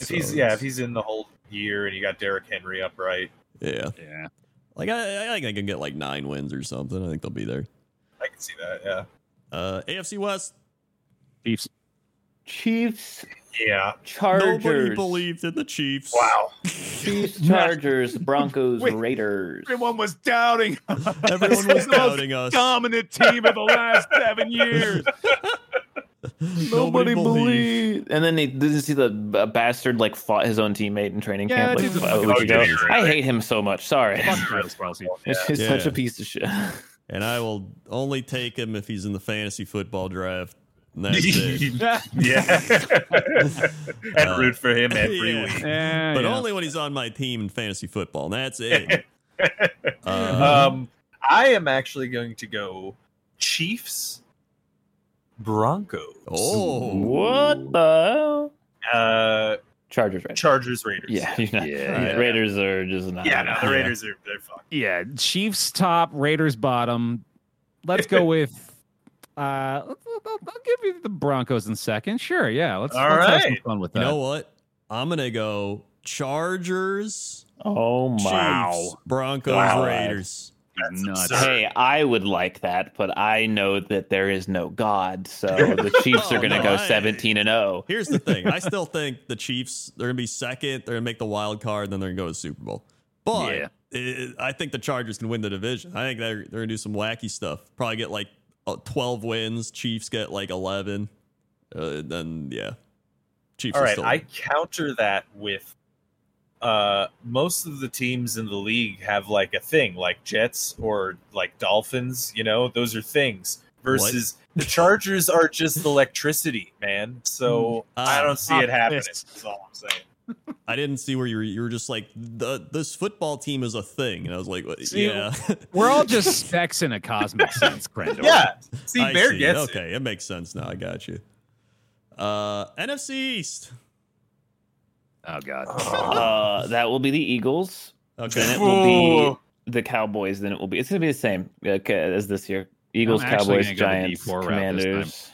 Speaker 2: If
Speaker 3: So
Speaker 2: he's yeah,
Speaker 3: it's-
Speaker 2: if he's in the whole year and you got Derrick Henry upright,
Speaker 3: yeah,
Speaker 4: Yeah.
Speaker 3: like I, I think I can get like nine wins or something. I think they'll be there.
Speaker 2: I can see that. Yeah,
Speaker 3: Uh, AFC West.
Speaker 4: Chiefs.
Speaker 1: Chiefs,
Speaker 2: yeah.
Speaker 1: Chargers.
Speaker 3: Nobody believed in the Chiefs.
Speaker 2: Wow.
Speaker 1: Chiefs, Chargers, Broncos,
Speaker 4: Wait.
Speaker 1: Raiders.
Speaker 4: was doubting.
Speaker 3: Everyone was doubting us.
Speaker 4: dominant team of the last seven years.
Speaker 1: Nobody believed. And then they didn't see the b- bastard like fought his own teammate in training
Speaker 4: Yeah,
Speaker 1: camp
Speaker 4: that
Speaker 1: like
Speaker 4: dude's a
Speaker 1: a
Speaker 4: fucking
Speaker 1: week ago.
Speaker 2: idiot.
Speaker 1: I hate him so much. Sorry.
Speaker 4: Fuck Travis Kelce.
Speaker 2: Yeah.
Speaker 1: He's
Speaker 3: Yeah.
Speaker 1: such a piece of shit.
Speaker 4: Oh.
Speaker 3: And I will only take him if he's in the fantasy football draft. And that's it.
Speaker 2: yeah. and
Speaker 3: Uh,
Speaker 2: root for him every
Speaker 3: yeah.
Speaker 2: week.
Speaker 4: Yeah,
Speaker 3: But
Speaker 4: yeah.
Speaker 3: only when he's on my team in fantasy football. And that's it. Uh,
Speaker 2: Um, I am actually going to go Chiefs, Broncos,
Speaker 3: oh.
Speaker 1: What the hell?
Speaker 2: uh,
Speaker 1: Chargers, Raiders.
Speaker 2: Chargers, Raiders.
Speaker 1: Yeah, you're not,
Speaker 4: Yeah.
Speaker 1: yeah, Raiders are just not.
Speaker 2: yeah. No,
Speaker 1: Yeah.
Speaker 2: the Raiders are they're fucked.
Speaker 4: yeah, Chiefs top, Raiders bottom. Let's go with. Uh, I'll, I'll- I'll give you the Broncos in second. Sure, yeah. Let's,
Speaker 2: All
Speaker 4: let's have some
Speaker 2: right.
Speaker 4: fun with that.
Speaker 3: You know what? I'm going to go Chargers,
Speaker 1: Oh my.
Speaker 3: Chiefs, Broncos,
Speaker 1: Wow.
Speaker 3: Raiders.
Speaker 2: That's
Speaker 4: Nuts.
Speaker 2: absurd.
Speaker 1: Hey, I would like that, but I know that there is no God, so the Chiefs are
Speaker 3: Oh,
Speaker 1: going to
Speaker 3: no,
Speaker 1: go
Speaker 3: I-
Speaker 1: 17 and oh. 0.
Speaker 3: Here's the thing. I still think the Chiefs, they're going to be second. They're going to make the wild card. Then they're going to go to the Super Bowl. But
Speaker 4: Yeah.
Speaker 3: it- I think the Chargers can win the division. I think they're, they're going to do some wacky stuff. Probably get like uh, 12 wins. Chiefs get like 11. Uh, then, yeah. Chiefs
Speaker 2: All
Speaker 3: are
Speaker 2: right,
Speaker 3: still.
Speaker 2: I counter that with uh most of the teams in the league have like a thing like Jets or like Dolphins, you know, those are things versus the Chargers are just electricity, man. So
Speaker 3: Mm.
Speaker 2: I
Speaker 3: Ah,
Speaker 2: don't see it
Speaker 4: ah,
Speaker 2: happening.
Speaker 4: yes.
Speaker 2: That's all I'm saying.
Speaker 3: I didn't see where you were. You were just like the this football team is a thing, and I was like, what-
Speaker 4: See,
Speaker 3: yeah,
Speaker 4: We're all just specs in a cosmic sense, Grendel.
Speaker 2: Yeah. See,
Speaker 3: I
Speaker 2: Bear
Speaker 3: see.
Speaker 2: gets it.
Speaker 3: okay. It. makes sense now. I got you. Uh, NFC East.
Speaker 4: Oh God.
Speaker 1: Uh, that will be the Eagles. Then it
Speaker 3: Okay,
Speaker 1: will
Speaker 2: Ooh.
Speaker 1: be the Cowboys. Then it will be. It's going to be the same uh, ca- as this year. Eagles,
Speaker 4: I'm actually
Speaker 1: Cowboys,
Speaker 4: gonna go the
Speaker 1: Giants,
Speaker 4: D4 route this
Speaker 1: Commanders.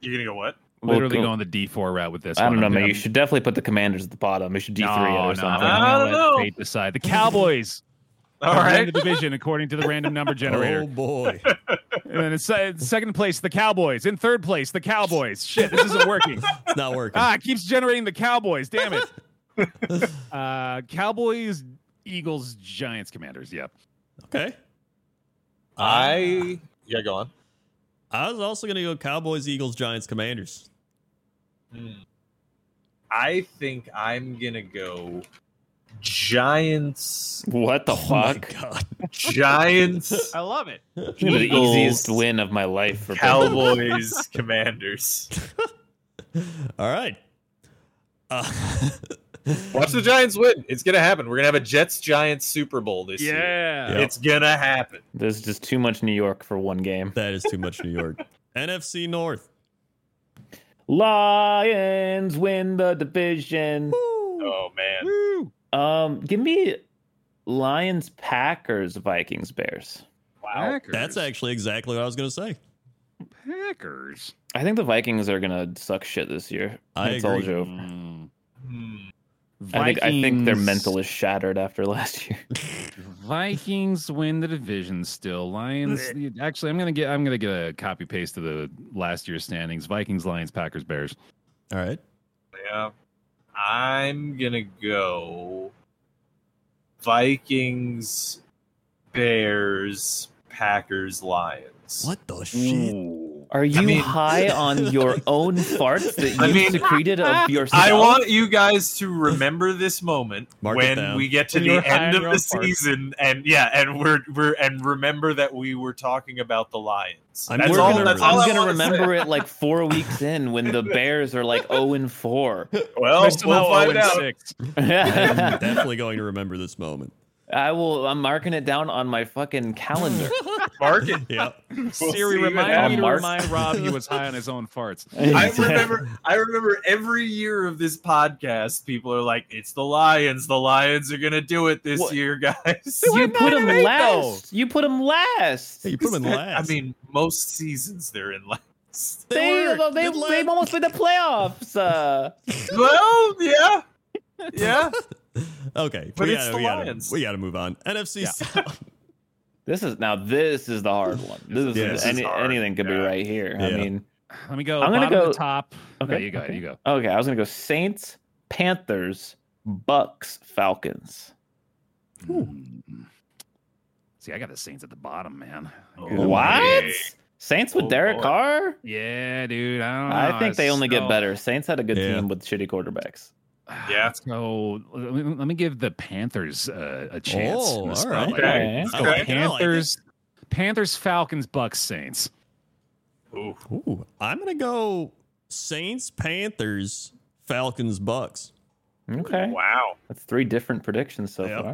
Speaker 2: You're gonna go what?
Speaker 4: Literally
Speaker 1: We'll go-
Speaker 4: going the D four route with this.
Speaker 1: I
Speaker 4: one.
Speaker 1: don't know,
Speaker 4: I'm-
Speaker 1: man. You
Speaker 4: I'm-
Speaker 1: should definitely put the Commanders at the bottom. You should D3
Speaker 4: No,
Speaker 1: it
Speaker 4: no,
Speaker 1: or something.
Speaker 4: I'm gonna
Speaker 2: I don't
Speaker 4: let
Speaker 2: know.
Speaker 4: Fate decide. The Cowboys.
Speaker 2: All
Speaker 4: are in
Speaker 2: right.
Speaker 4: the division according to the random number generator.
Speaker 3: oh boy.
Speaker 4: And then it's uh, second place the Cowboys. In third place the Cowboys. Shit, this isn't working.
Speaker 3: It's not working.
Speaker 4: ah, it keeps generating the Cowboys. Damn it. Uh, Cowboys, Eagles, Giants, Commanders. Yep.
Speaker 3: Okay. Um,
Speaker 2: I yeah, go on.
Speaker 3: I was also gonna go Cowboys, Eagles, Giants, Commanders.
Speaker 2: Hmm. I think I'm gonna go Giants.
Speaker 1: What the
Speaker 3: Oh my
Speaker 1: fuck?
Speaker 3: God.
Speaker 2: Giants,
Speaker 4: I love it.
Speaker 1: You know, the
Speaker 2: Eagles,
Speaker 1: easiest win of my life for
Speaker 2: Cowboys, Commanders.
Speaker 3: All right. Uh,
Speaker 2: Watch the Giants win. It's gonna happen. We're gonna have a Jets Giants Super Bowl this year.
Speaker 4: Yeah.
Speaker 3: Yeah.
Speaker 2: It's gonna happen.
Speaker 1: There's just too much New York for one game.
Speaker 3: that is too much New York. NFC North.
Speaker 1: Lions win the division.
Speaker 3: Woo!
Speaker 2: Oh man,
Speaker 4: Woo!
Speaker 1: Um, give me Lions, Packers, Vikings, Bears.
Speaker 2: wow.
Speaker 4: Packers.
Speaker 3: That's actually exactly what I was going to say.
Speaker 4: Packers.
Speaker 1: I think the Vikings are gonna suck shit this year.
Speaker 3: I
Speaker 1: it's
Speaker 3: agree.
Speaker 1: all joke.
Speaker 2: Hmm.
Speaker 1: I think I think their
Speaker 4: Mm. Vikings-
Speaker 1: mental is shattered after last year.
Speaker 4: Vikings win the division still. Lions. Actually, I'm gonna get. I'm gonna get a copy paste of the last year's standings. Vikings, Lions, Packers, Bears.
Speaker 3: All right.
Speaker 2: Yeah. I'm gonna go Vikings, Bears, Packers, Lions.
Speaker 3: What the shit?
Speaker 1: Are you
Speaker 2: mean-
Speaker 1: high on your own farts that you
Speaker 2: I mean-
Speaker 1: secreted of yourself?
Speaker 2: I want you guys to remember this moment
Speaker 3: Mark it
Speaker 2: when
Speaker 3: down.
Speaker 2: we get to
Speaker 4: When you were
Speaker 2: the
Speaker 4: high on
Speaker 2: end of
Speaker 4: your
Speaker 2: the
Speaker 4: own parts.
Speaker 2: season, and yeah, and we're we're and remember that we were talking about the Lions.
Speaker 3: I'm
Speaker 2: that's
Speaker 1: We're
Speaker 2: all.
Speaker 1: gonna-
Speaker 2: that's
Speaker 1: I'm
Speaker 2: all I
Speaker 1: gonna
Speaker 2: wanna say.
Speaker 1: remember it like four weeks in when the Bears are like 0 and 4.
Speaker 2: Well,
Speaker 4: They're
Speaker 2: we'll
Speaker 4: somehow
Speaker 2: find
Speaker 4: 0 and
Speaker 2: out.
Speaker 4: six.
Speaker 1: I
Speaker 3: I'm definitely going to remember this moment.
Speaker 1: will. I'm marking it down on my fucking calendar.
Speaker 2: Mark it.
Speaker 3: Yeah.
Speaker 2: We'll
Speaker 4: Siri,
Speaker 2: see what
Speaker 4: remind me
Speaker 2: happens.
Speaker 4: to
Speaker 1: Mark.
Speaker 4: remind Rob he was high on his own farts.
Speaker 2: I remember I remember every year of this podcast, people are like, It's the Lions, the Lions are gonna do it this
Speaker 1: What?
Speaker 2: year, guys.
Speaker 1: you put
Speaker 4: not
Speaker 1: them
Speaker 4: in eight,
Speaker 1: last. You put them last.
Speaker 3: Hey, you put them in last.
Speaker 2: I mean, most seasons they're in last.
Speaker 1: They, they,
Speaker 3: were.
Speaker 1: they,
Speaker 3: Good luck.
Speaker 1: have almost made the playoffs. Uh,
Speaker 2: well, yeah. Yeah.
Speaker 3: Okay,
Speaker 2: But
Speaker 3: we
Speaker 2: it's
Speaker 3: gotta,
Speaker 2: the
Speaker 3: we gotta-
Speaker 2: Lions.
Speaker 3: we got to move on. NFC
Speaker 4: Yeah.
Speaker 3: South.
Speaker 1: this is now. This is the hard one. This is,
Speaker 3: Yeah, this is
Speaker 1: any,
Speaker 2: hard.
Speaker 1: anything could be
Speaker 2: Yeah.
Speaker 1: right here. I
Speaker 3: Yeah.
Speaker 1: mean,
Speaker 4: Let me go.
Speaker 1: I'm gonna
Speaker 4: bottom to
Speaker 1: go-
Speaker 4: top. Okay,
Speaker 1: Okay,
Speaker 4: you go.
Speaker 1: okay.
Speaker 4: You go.
Speaker 1: okay, I was gonna go Saints, Panthers, Bucks, Falcons.
Speaker 4: Mm. See, I got the Saints at the bottom, man. I got-
Speaker 2: Oh
Speaker 1: what?
Speaker 2: my.
Speaker 1: Saints with
Speaker 2: Oh,
Speaker 1: Derek
Speaker 2: boy.
Speaker 1: Carr?
Speaker 4: Yeah, dude. I don't know.
Speaker 1: I think they only get
Speaker 4: So-
Speaker 1: better. Saints had a good
Speaker 3: Ah, Yeah.
Speaker 1: team with shitty quarterbacks.
Speaker 2: Yeah.
Speaker 4: Let's go. Let me, let me give the Panthers uh, a chance.
Speaker 3: Oh,
Speaker 4: in the
Speaker 3: all
Speaker 4: spotlight.
Speaker 3: right.
Speaker 1: Okay.
Speaker 3: Let's
Speaker 2: Okay.
Speaker 3: go. I like it, I like it.
Speaker 4: Panthers, Panthers, Falcons, Bucks, Saints.
Speaker 2: Ooh.
Speaker 3: Ooh, I'm gonna go Saints, Panthers, Falcons, Bucks.
Speaker 1: Okay.
Speaker 2: Wow.
Speaker 1: That's three different predictions so
Speaker 3: Yep.
Speaker 1: far.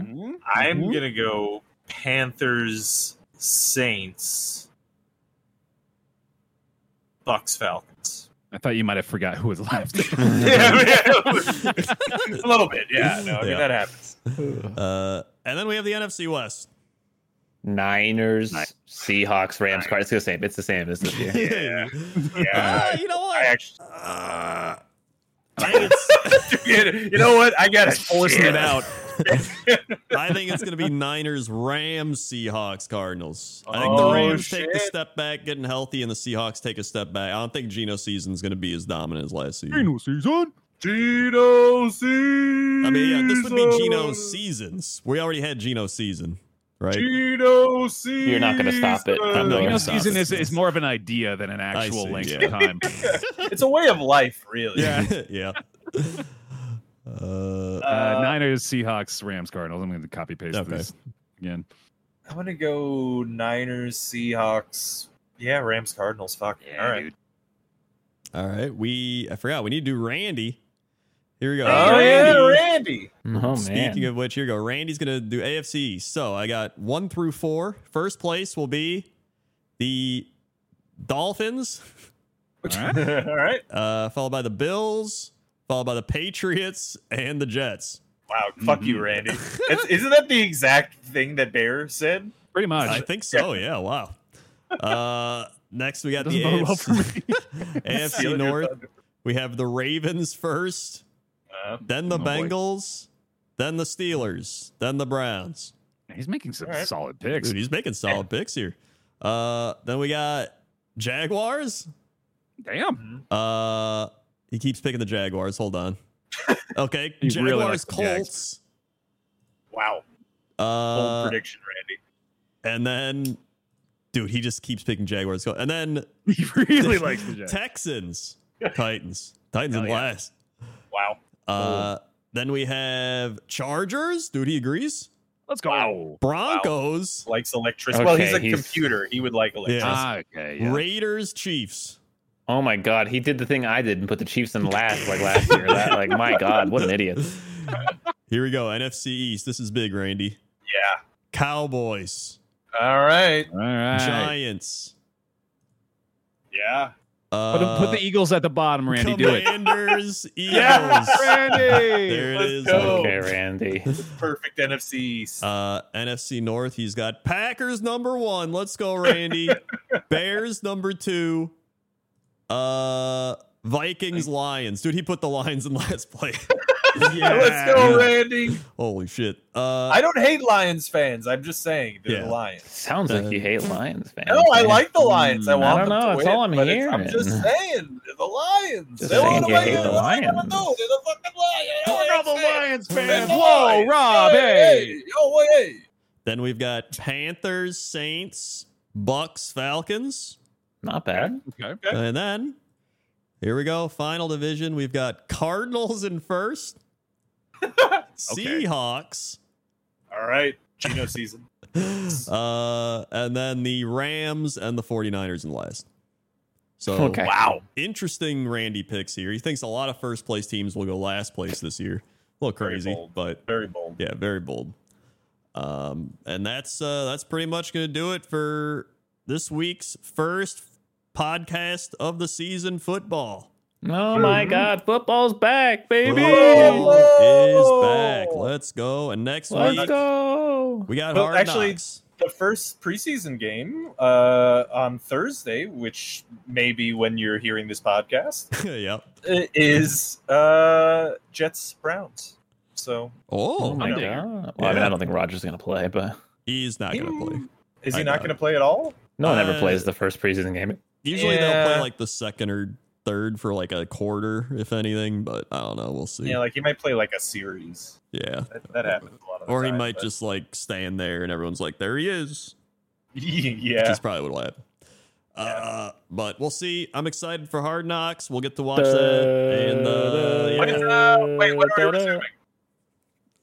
Speaker 2: I'm
Speaker 4: Mhm.
Speaker 2: gonna go Panthers, Saints, Bucks, Falcons.
Speaker 4: I thought you might have forgot who was left.
Speaker 2: yeah, yeah. a little bit, yeah. No, I mean
Speaker 3: Yeah.
Speaker 2: that happens.
Speaker 3: Uh, and then we have the NFC West.
Speaker 1: Niners,
Speaker 4: Nice.
Speaker 1: Seahawks, Rams, Cards. It's the same. It's the same as this year.
Speaker 2: Yeah.
Speaker 3: Ah,
Speaker 2: Yeah,
Speaker 3: you know
Speaker 2: I, I
Speaker 3: what?
Speaker 2: actually.
Speaker 3: Uh, I think it's-
Speaker 2: you know what? I gotta
Speaker 3: forcing
Speaker 2: shit.
Speaker 3: it out. I think it's going to be Niners, Rams, Seahawks, Cardinals. I think
Speaker 2: Oh,
Speaker 3: the Rams take the
Speaker 2: shit.
Speaker 3: step back, getting healthy, and the Seahawks take a step back. I don't think Geno season's going to be as dominant as last season.
Speaker 4: season.
Speaker 2: Gino season.
Speaker 3: I mean, yeah, this would be Geno's seasons. We already had Geno's season, right?
Speaker 2: Gino season.
Speaker 1: You're not gonna stop it. I'm
Speaker 3: not
Speaker 4: Geno
Speaker 3: gonna
Speaker 4: season
Speaker 3: stop.
Speaker 4: is, is more of an idea than an actual
Speaker 3: see,
Speaker 4: length
Speaker 3: yeah.
Speaker 4: of time.
Speaker 2: It's a way of life, really.
Speaker 3: Yeah, yeah. Uh,
Speaker 4: Uh,
Speaker 2: Uh,
Speaker 4: Niners, Seahawks, Rams, Cardinals. I'm going to copy paste
Speaker 3: Okay.
Speaker 4: this again.
Speaker 2: I'm gonna go Niners, Seahawks. Yeah, Rams, Cardinals. Fuck. All right.
Speaker 4: dude.
Speaker 3: all right, we I forgot we need to do Randy. Here we go.
Speaker 2: Oh yeah, Randy.
Speaker 4: Mm-hmm.
Speaker 1: Oh man.
Speaker 3: Speaking of which, here we go. Randy's going to do AFC. East. So I got one through four. First place will be the Dolphins,
Speaker 4: All
Speaker 2: All
Speaker 4: right.
Speaker 2: right.
Speaker 3: uh, followed by the Bills, followed by the Patriots and the Jets.
Speaker 2: Wow. Fuck
Speaker 1: Mm-hmm.
Speaker 2: you, Randy. That's, isn't that the exact thing that Bear said?
Speaker 4: Pretty much.
Speaker 3: I think so. Yeah. Wow. Uh, next, we got the
Speaker 4: Doesn't bode well for
Speaker 3: AFC, AFC
Speaker 2: Stealing your
Speaker 3: North.
Speaker 2: thunder.
Speaker 3: We have the Ravens first,
Speaker 2: Uh,
Speaker 3: then the
Speaker 4: Oh, boy.
Speaker 3: Bengals, then the Steelers, then the Browns.
Speaker 4: He's making some
Speaker 2: All right.
Speaker 4: solid picks.
Speaker 3: Dude, he's making solid picks here. Uh, then we got Jaguars.
Speaker 4: Damn.
Speaker 2: mm-hmm.
Speaker 3: Uh, he keeps picking the Jaguars. Hold on. Okay,
Speaker 4: He
Speaker 3: Jaguars,
Speaker 4: really likes the Jags.
Speaker 3: Colts,
Speaker 2: wow. Bold
Speaker 3: uh,
Speaker 2: prediction, Randy.
Speaker 3: and then, dude, he just keeps picking Jaguars. Colts. And then
Speaker 4: He really likes the Jets.
Speaker 3: Texans, Titans, Titans in
Speaker 4: Hell yeah.
Speaker 3: last.
Speaker 2: Wow.
Speaker 3: Uh, then we have Chargers. Dude, he agrees.
Speaker 4: Let's go.
Speaker 2: Wow.
Speaker 3: Broncos,
Speaker 2: Likes electricity. well, he's
Speaker 1: Okay,
Speaker 2: a
Speaker 1: he's-
Speaker 2: computer. He would like electricity.
Speaker 3: Yeah.
Speaker 4: Ah, okay. yeah.
Speaker 3: Raiders, Chiefs.
Speaker 1: oh my god, he did the thing I did and put the Chiefs in last like last year. That like my god, what an idiot.
Speaker 3: Here we go. NFC East. This is big, Randy.
Speaker 2: Yeah.
Speaker 3: Cowboys,
Speaker 2: All right.
Speaker 4: All right.
Speaker 3: Giants,
Speaker 2: Yeah.
Speaker 4: Put, 'em-
Speaker 3: Uh,
Speaker 2: E,
Speaker 4: put the Eagles at the bottom, Randy. Do it.
Speaker 3: Commanders, Eagles.
Speaker 4: Randy.
Speaker 3: There it
Speaker 2: Let's
Speaker 3: is.
Speaker 2: go.
Speaker 1: Okay, Randy.
Speaker 2: Perfect NFC East.
Speaker 3: Uh, NFC North, he's got Packers number one. Let's go, Randy. Bears number two. Uh, Vikings, Lions. Dude, he put the Lions in last place.
Speaker 2: Let's go, Randy.
Speaker 3: Holy shit. Uh,
Speaker 2: I don't hate Lions fans. I'm just saying they're
Speaker 3: Yeah.
Speaker 2: the Lions.
Speaker 1: Sounds like you hate Lions, man.
Speaker 2: No, I like the Lions. I
Speaker 4: Mm,
Speaker 2: want
Speaker 1: I don't
Speaker 2: them
Speaker 1: know.
Speaker 2: to
Speaker 1: It's
Speaker 2: win,
Speaker 1: all I'm
Speaker 2: but it's- I'm
Speaker 1: hearing.
Speaker 2: just saying they're the Lions.
Speaker 1: Just
Speaker 2: they want to
Speaker 1: saying you
Speaker 2: win.
Speaker 1: hate the
Speaker 2: What am I gonna do?
Speaker 1: Lions.
Speaker 2: They're the fucking Lions.
Speaker 4: man.
Speaker 2: They're the
Speaker 4: Whoa,
Speaker 2: Lions.
Speaker 4: Rob, hey.
Speaker 2: yo, hey.
Speaker 3: then we've got Panthers, Saints, Bucks, Falcons.
Speaker 1: Not bad.
Speaker 4: Okay.
Speaker 2: Okay.
Speaker 3: And then here we go. Final division. We've got Cardinals in first. Seahawks.
Speaker 2: All right, Geno season.
Speaker 3: Uh, and then the Rams and the 49ers in last. So
Speaker 1: Okay.
Speaker 2: Wow.
Speaker 3: interesting Randy picks here. He thinks a lot of first place teams will go last place this year. A little
Speaker 2: Very
Speaker 3: crazy,
Speaker 2: bold.
Speaker 3: but
Speaker 2: Very bold.
Speaker 3: yeah, very bold. Um, and that's uh, that's pretty much gonna do it for this week's first podcast of the season football.
Speaker 1: Oh my God, football's back, baby.
Speaker 3: Football
Speaker 2: Whoa!
Speaker 3: is back. Let's go. And next
Speaker 1: Let's
Speaker 3: week
Speaker 1: go.
Speaker 3: we got
Speaker 2: Well,
Speaker 3: hard
Speaker 2: Oh, actually-
Speaker 3: knocks.
Speaker 2: The first preseason game uh, on Thursday, which may be when you're hearing this podcast,
Speaker 3: yep.
Speaker 2: i- is uh, Jets Browns. So
Speaker 1: Oh
Speaker 3: Oh,
Speaker 1: my
Speaker 2: no.
Speaker 1: God. Well, I mean,
Speaker 3: Yeah.
Speaker 1: I don't think Rogers going to play, but
Speaker 3: he's not gonna play.
Speaker 2: hmm, Is
Speaker 3: I
Speaker 2: he
Speaker 3: doubt
Speaker 2: not
Speaker 3: it.
Speaker 2: going to play at all?
Speaker 1: no one ever
Speaker 3: Uh,
Speaker 1: plays the first preseason game.
Speaker 3: Usually they'll play
Speaker 2: Yeah.
Speaker 3: like the second or third for like a quarter, if anything. But I don't know. We'll see.
Speaker 2: Yeah, like he might play like a series.
Speaker 3: yeah.
Speaker 2: That, that happens a lot of the
Speaker 3: Or he
Speaker 2: time,
Speaker 3: might
Speaker 2: but-
Speaker 3: just like stand there and everyone's like, there he is. Which
Speaker 2: yeah.
Speaker 3: is probably what'll happen. Uh, but we'll see. I'm excited for Hard Knocks. We'll get to watch that. And uh,
Speaker 2: When
Speaker 3: yeah,
Speaker 2: is, uh, wait, when are we
Speaker 1: Da-da.
Speaker 2: resuming?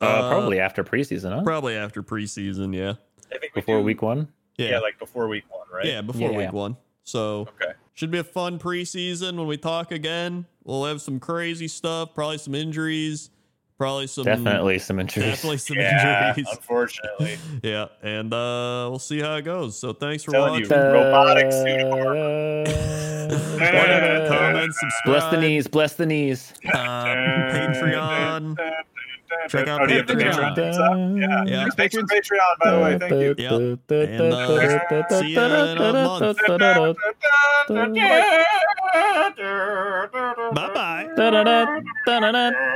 Speaker 3: Uh,
Speaker 1: Uh, probably after preseason, huh?
Speaker 3: probably after preseason. Yeah.
Speaker 2: I think we
Speaker 1: Before
Speaker 2: do-
Speaker 1: week one.
Speaker 3: Yeah.
Speaker 2: yeah. like before week one, right?
Speaker 3: Yeah, before
Speaker 1: Yeah,
Speaker 3: week
Speaker 1: yeah.
Speaker 3: one. So
Speaker 2: Okay.
Speaker 3: should be a fun preseason when we talk again. We'll have some crazy stuff, probably some injuries, probably some
Speaker 1: Definitely some injuries.
Speaker 3: definitely some
Speaker 2: Yeah,
Speaker 3: injuries.
Speaker 2: unfortunately.
Speaker 3: Yeah, and uh, we'll see how it goes. So thanks for
Speaker 2: Telling
Speaker 3: watching.
Speaker 2: you. Robotic pseudoarm.
Speaker 3: Like,
Speaker 1: Da-da.
Speaker 3: comment, subscribe.
Speaker 1: Bless the knees. Bless the knees.
Speaker 3: Uh, Patreon. Check out
Speaker 2: oh, do you have the
Speaker 4: Patreon.
Speaker 2: Patreon. things up? Yeah.
Speaker 3: Yeah.
Speaker 2: Thanks for Patreon, by the way. Thank you.
Speaker 3: Yeah. And, uh, see you in a month. Bye bye.
Speaker 1: Da-da-da, da-da-da.